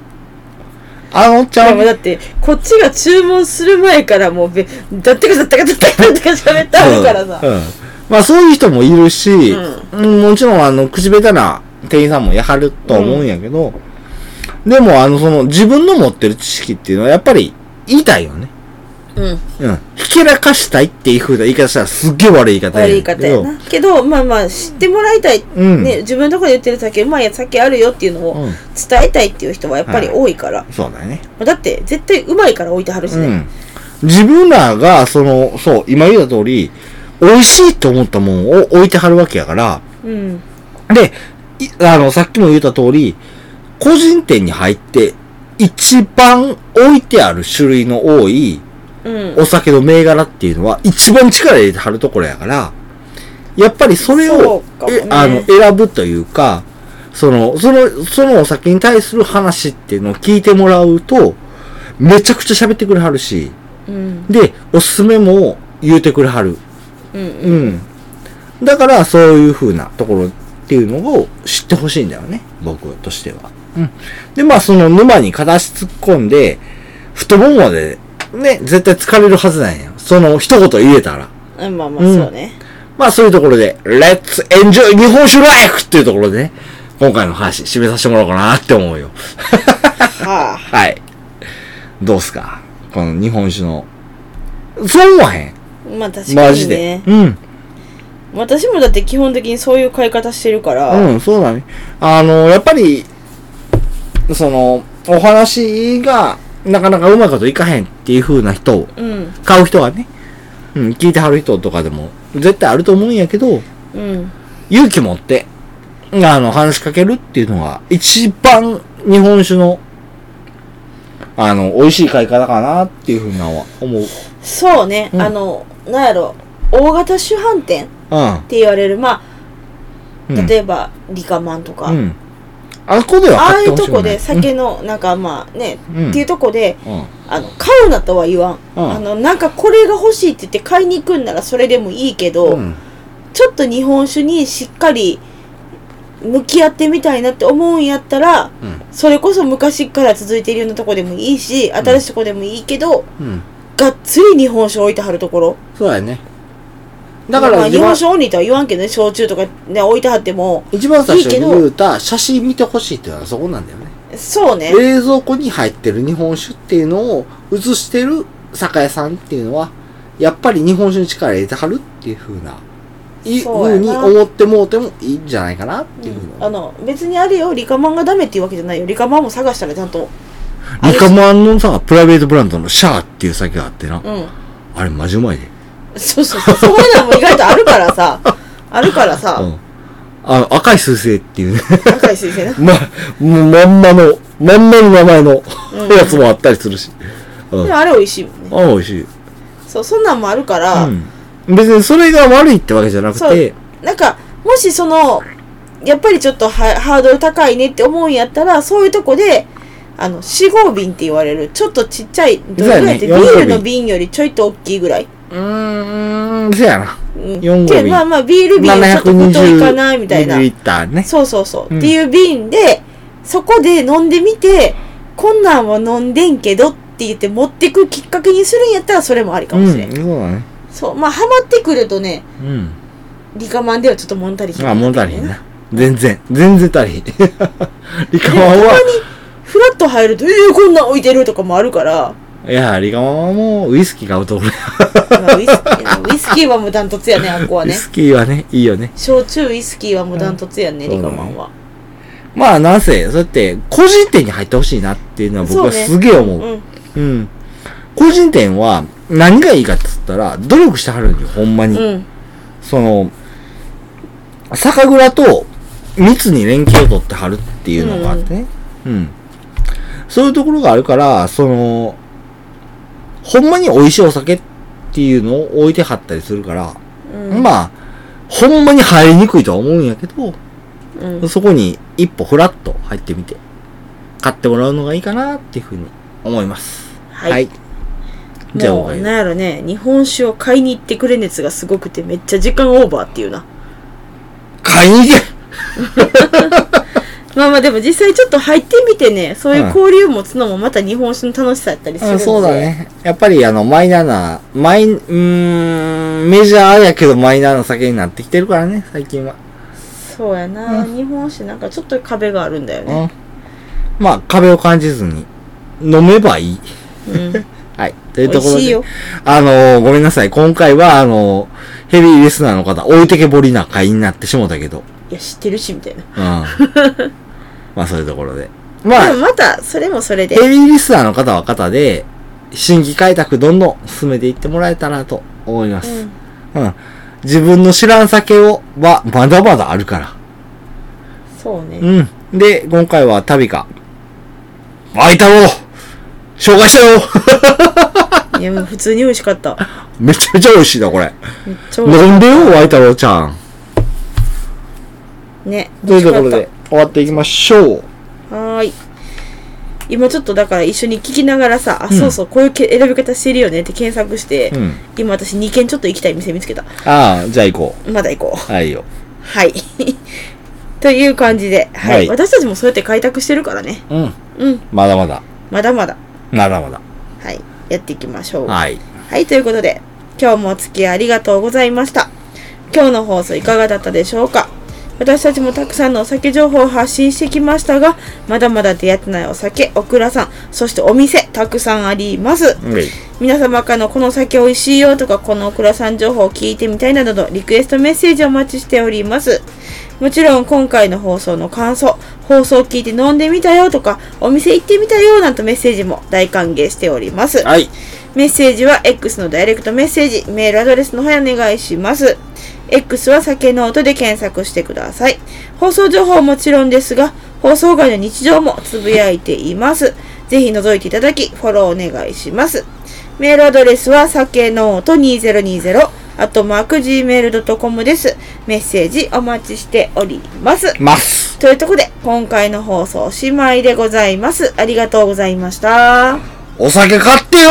Speaker 1: あのおっちゃ
Speaker 2: で
Speaker 1: ん
Speaker 2: も
Speaker 1: は、
Speaker 2: だってこっちが注文する前からもうべだってかだってかだってかだってか喋ってあるからさ、
Speaker 1: うん。うんまあそういう人もいるし、
Speaker 2: う
Speaker 1: うんもちろんあの、口下手な店員さんもやはるとは思うんやけど、でもあの、その自分の持ってる知識っていうのはやっぱり言いたいよね。
Speaker 2: うん、
Speaker 1: うん。ひけらかしたいっていう風な言い方したらすっげえ悪い言い方や
Speaker 2: 悪
Speaker 1: ね
Speaker 2: い
Speaker 1: んけど
Speaker 2: 方やなけどまあまあ知ってもらいたい、
Speaker 1: うん
Speaker 2: ね、自分のところで言ってる酒うまいやつ酒あるよっていうのを
Speaker 1: うん
Speaker 2: 伝えたいっていう人はやっぱり多いから、
Speaker 1: そうだよね。
Speaker 2: だって絶対うまいから置いてはるしね、
Speaker 1: うん、自分らが、その、そう、今言った通り、美味しいと思ったもんを置いてはるわけやから、
Speaker 2: うん。
Speaker 1: で、いあの、さっきも言った通り、個人店に入って、一番置いてある種類の多い
Speaker 2: うん。
Speaker 1: お酒の銘柄っていうのは、一番力入れてはるところやから、やっぱりそれ
Speaker 2: そう
Speaker 1: を、
Speaker 2: かもね
Speaker 1: えあの、選ぶというか、その、その、そのお酒に対する話っていうのを聞いてもらうと、めちゃくちゃ喋ってくれはるし、
Speaker 2: うん。
Speaker 1: で、おすすめも言うてくれはる。
Speaker 2: う。
Speaker 1: うんん。だから、そういう風なところっていうのを知ってほしいんだよね。僕としては。うん。で、まあ、その沼に片足突っ込んで、太ももまで、ね、絶対疲れるはずなんや。その一言言えたら。
Speaker 2: うん。まあまあ、そうね。
Speaker 1: まあ、そういうところで、Let's enjoy 日本酒ライフっていうところでね、今回の話、締めさせてもらおうかなって思うよ。
Speaker 2: はあ。
Speaker 1: はい。どうすかこの日本酒の。そう思わへん。
Speaker 2: まあ確か
Speaker 1: マ
Speaker 2: に
Speaker 1: ジ
Speaker 2: ね
Speaker 1: で。。うん。
Speaker 2: 私もだって基本的にそういう買い方してるから。
Speaker 1: うん、そうだね。あの、やっぱり、その、お話が、なかなかうまいこといかへんっていう風な人を、
Speaker 2: うん。
Speaker 1: 買う人はね、うん、聞いてはる人とかでも、絶対あると思うんやけど、
Speaker 2: うん。
Speaker 1: 勇気持って、あの、話しかけるっていうのが、一番日本酒の、あの、美味しい買い方かなっていう風なのは思う。
Speaker 2: そうね。
Speaker 1: うん
Speaker 2: あの、なんやろ。大型主販店っ
Speaker 1: う
Speaker 2: て言われる。ま
Speaker 1: ん。
Speaker 2: あ、例えば、リカマンとか。
Speaker 1: うん。うん。あそこでは
Speaker 2: ああ
Speaker 1: 買っ
Speaker 2: い
Speaker 1: て
Speaker 2: う
Speaker 1: ほ
Speaker 2: と
Speaker 1: しくな
Speaker 2: こで酒の、なんかまあね、っていうとこで、
Speaker 1: うん。うん
Speaker 2: あの、買うなとは言わん。
Speaker 1: うん
Speaker 2: あの、なんかこれが欲しいって言って買いに行くんならそれでもいいけど、
Speaker 1: うん
Speaker 2: ちょっと日本酒にしっかり向き合ってみたいなって思うんやったら、
Speaker 1: うん
Speaker 2: それこそ昔から続いてるようなとこでもいいし、新しいとこでもいいけど、
Speaker 1: うん。
Speaker 2: がっつり日本酒置いてはるところ。
Speaker 1: そうだよね。だから
Speaker 2: まあ、
Speaker 1: 自
Speaker 2: 日本
Speaker 1: 分、
Speaker 2: 酒オンリーとは言わんけどね、焼酎とかね、置いてはっても、
Speaker 1: 一番最初
Speaker 2: いいけ
Speaker 1: に
Speaker 2: ど
Speaker 1: 言うた写真見てほしいっていうのはそこなんだよね。
Speaker 2: そうね。
Speaker 1: 冷蔵庫に入ってる日本酒っていうのを映してる酒屋さんっていうのは、やっぱり日本酒に力入れてはるっていうふうな、いいふ
Speaker 2: そう
Speaker 1: う
Speaker 2: や
Speaker 1: に
Speaker 2: な
Speaker 1: 思ってもうてもいいんじゃないかなっていうふうに
Speaker 2: あの、別にあれよ、リカマンがダメっていうわけじゃないよ。リカマンも探したらちゃんと。
Speaker 1: リカマンのさ、プライベートブランドのシャーっていう酒があってな。
Speaker 2: うん。
Speaker 1: あれマジうまいで。
Speaker 2: そうそ うそう。そういうのも意外とあるからさ。あるから
Speaker 1: う
Speaker 2: さ。
Speaker 1: ん。あの、赤い水星っていうね。
Speaker 2: 赤い水星な。
Speaker 1: ま、もうまんまの、まんまの名前のやつもあったりするし。うん。
Speaker 2: でもあれ美味しいもんね。
Speaker 1: あ、美味しい。
Speaker 2: そう、そんなんもあるから、
Speaker 1: うん、別にそれが悪いってわけじゃなく
Speaker 2: そう
Speaker 1: て、
Speaker 2: なんか、もしその、やっぱりちょっとはハードル高いねって思うんやったら、そういうとこで、あの四合瓶って言われるちょっとちっちゃいどれぐらいって
Speaker 1: そうやね
Speaker 2: ビール
Speaker 1: 四合
Speaker 2: の
Speaker 1: 瓶
Speaker 2: 瓶よりちょいと大きいぐらい、
Speaker 1: うん、そやな。
Speaker 2: うん、
Speaker 1: 四合瓶
Speaker 2: けどまあまあビール瓶はちょっと太いかなみたいな
Speaker 1: ミリリッターね。
Speaker 2: そうそうそ
Speaker 1: う
Speaker 2: う、
Speaker 1: ん
Speaker 2: っていう瓶でそこで飲んでみてこんなんは飲んでんけどって言って持ってくきっかけにするんやったらそれもありか
Speaker 1: う
Speaker 2: も
Speaker 1: ん、
Speaker 2: し
Speaker 1: そう
Speaker 2: れん、
Speaker 1: だね。
Speaker 2: そうまあハマってくるとね
Speaker 1: うん。
Speaker 2: リカマンではちょっと物足りひん
Speaker 1: あ、物足りへんな。全然、全然 足りへん。リカマンは、
Speaker 2: フラッと入ると「えー、こんなん置いてる」とかもあるから、
Speaker 1: いや、リカマンはもうウイスキー買うと俺、
Speaker 2: まあウイスキーウイスキーはもうダントツやねあんこは
Speaker 1: ウイ
Speaker 2: ね
Speaker 1: スキーはね、いいよね。
Speaker 2: 焼酎ウイスキーはもうダントツやね、
Speaker 1: うん
Speaker 2: リカマンは
Speaker 1: まあ、なんせ、そうやって、個人店に入ってほしいなっていうのは僕は
Speaker 2: そうね
Speaker 1: すげえ思
Speaker 2: う
Speaker 1: う。
Speaker 2: ん
Speaker 1: うん。個人店は、何がいいかって言ったら、努力してはるんよ、ほんまに。
Speaker 2: うん
Speaker 1: その、酒蔵と密に連携を取ってはるっていうのがあってね。うん、そういうところがあるから、その、ほんまに美味しいお酒っていうのを置いてはったりするから、
Speaker 2: うん
Speaker 1: まあ、ほんまに入りにくいとは思うんやけど、
Speaker 2: うん
Speaker 1: そこに一歩フラッと入ってみて、買ってもらうのがいいかなっていうふうに思います。
Speaker 2: はい
Speaker 1: じゃあ、
Speaker 2: もうなんやろね日本酒を買いに行ってくれ熱がすごくてめっちゃ時間オーバーっていうな
Speaker 1: 買いに行け
Speaker 2: まあまあでも実際ちょっと入ってみてねそういう交流持つのもまた日本酒の楽しさやったりするん
Speaker 1: うん、
Speaker 2: で
Speaker 1: そうだね。やっぱりあの、マイナーな、マイ、うーん、メジャーやけどマイナーな酒になってきてるからね、最近は。
Speaker 2: そうやな、日本酒なんかちょっと壁があるんだよ
Speaker 1: う
Speaker 2: ね
Speaker 1: ん。まあ、壁を感じずに、飲めばいい。
Speaker 2: うん、
Speaker 1: はい。という
Speaker 2: 美
Speaker 1: と
Speaker 2: 味
Speaker 1: ころ
Speaker 2: しい
Speaker 1: で
Speaker 2: よ、
Speaker 1: あのーごめんなさい。今回は、あのーヘビーリスナーの方、置いてけぼりな会になってしもたけど。
Speaker 2: いや知ってるしみたい な
Speaker 1: うん。まあ、そういうところで。ま
Speaker 2: でも
Speaker 1: あ、
Speaker 2: またそれもそれで
Speaker 1: ヘビーリスナーの方は方で、新規開拓どんどん進めていってもらえたらと思います。
Speaker 2: うん
Speaker 1: うん。自分の知らん酒を、は、まだまだあるから。
Speaker 2: そうね
Speaker 1: うん。で、今回は旅か。あいたろう紹介したよ
Speaker 2: いやもう普通に美味しかった
Speaker 1: めちゃめちゃ美味しいな、これ。
Speaker 2: めっちゃ美味し
Speaker 1: 飲んでよ、あいたろうちゃん。
Speaker 2: いね
Speaker 1: というところ
Speaker 2: 美味し
Speaker 1: で
Speaker 2: か、
Speaker 1: 終わっていきましょう。
Speaker 2: ったはーい今ちょっとだから一緒に聞きながらさ、あそうそうこういうけ選び方してるよねって検索して、
Speaker 1: うん。
Speaker 2: 今私2軒ちょっと行きたい店見つけた
Speaker 1: ああ、じゃあ行こ
Speaker 2: まだ行こう
Speaker 1: う。はいよ。
Speaker 2: はい。 という感じで、はい、
Speaker 1: はい
Speaker 2: 私たちもそうやって開拓してるからね。
Speaker 1: うん。
Speaker 2: うん。
Speaker 1: まだまだ。
Speaker 2: まだまだ。
Speaker 1: まだまだ。
Speaker 2: はい。やっていきましょう。は
Speaker 1: はい。
Speaker 2: い、ということで、今日もお付き合いありがとうございました。今日の放送いかがだったでしょうか私たちもたくさんのお酒情報を発信してきましたが、まだまだ出会ってないお酒、オクラさん、そしてお店、たくさんあります。
Speaker 1: はい。
Speaker 2: 皆様からのこの酒美味しいよとかこのオクラさん情報を聞いてみたいなどのリクエストメッセージをお待ちしておりますもちろん今回の放送の感想放送を聞いて飲んでみたよとかお店行ってみたよなんとメッセージも大歓迎しております
Speaker 1: はい。
Speaker 2: メッセージは X のダイレクトメッセージメールアドレスの方へお願いします X は酒の音で検索してください放送情報はもちろんですが放送外の日常もつぶやいていますぜひ覗いていただきフォローお願いしますメールアドレスは、さけのうと2020、あとマーク gmail.com です。メッセージお待ちしております。
Speaker 1: ます。
Speaker 2: というところで、今回の放送おしまいでございます。ありがとうございました。
Speaker 1: お酒買ってよ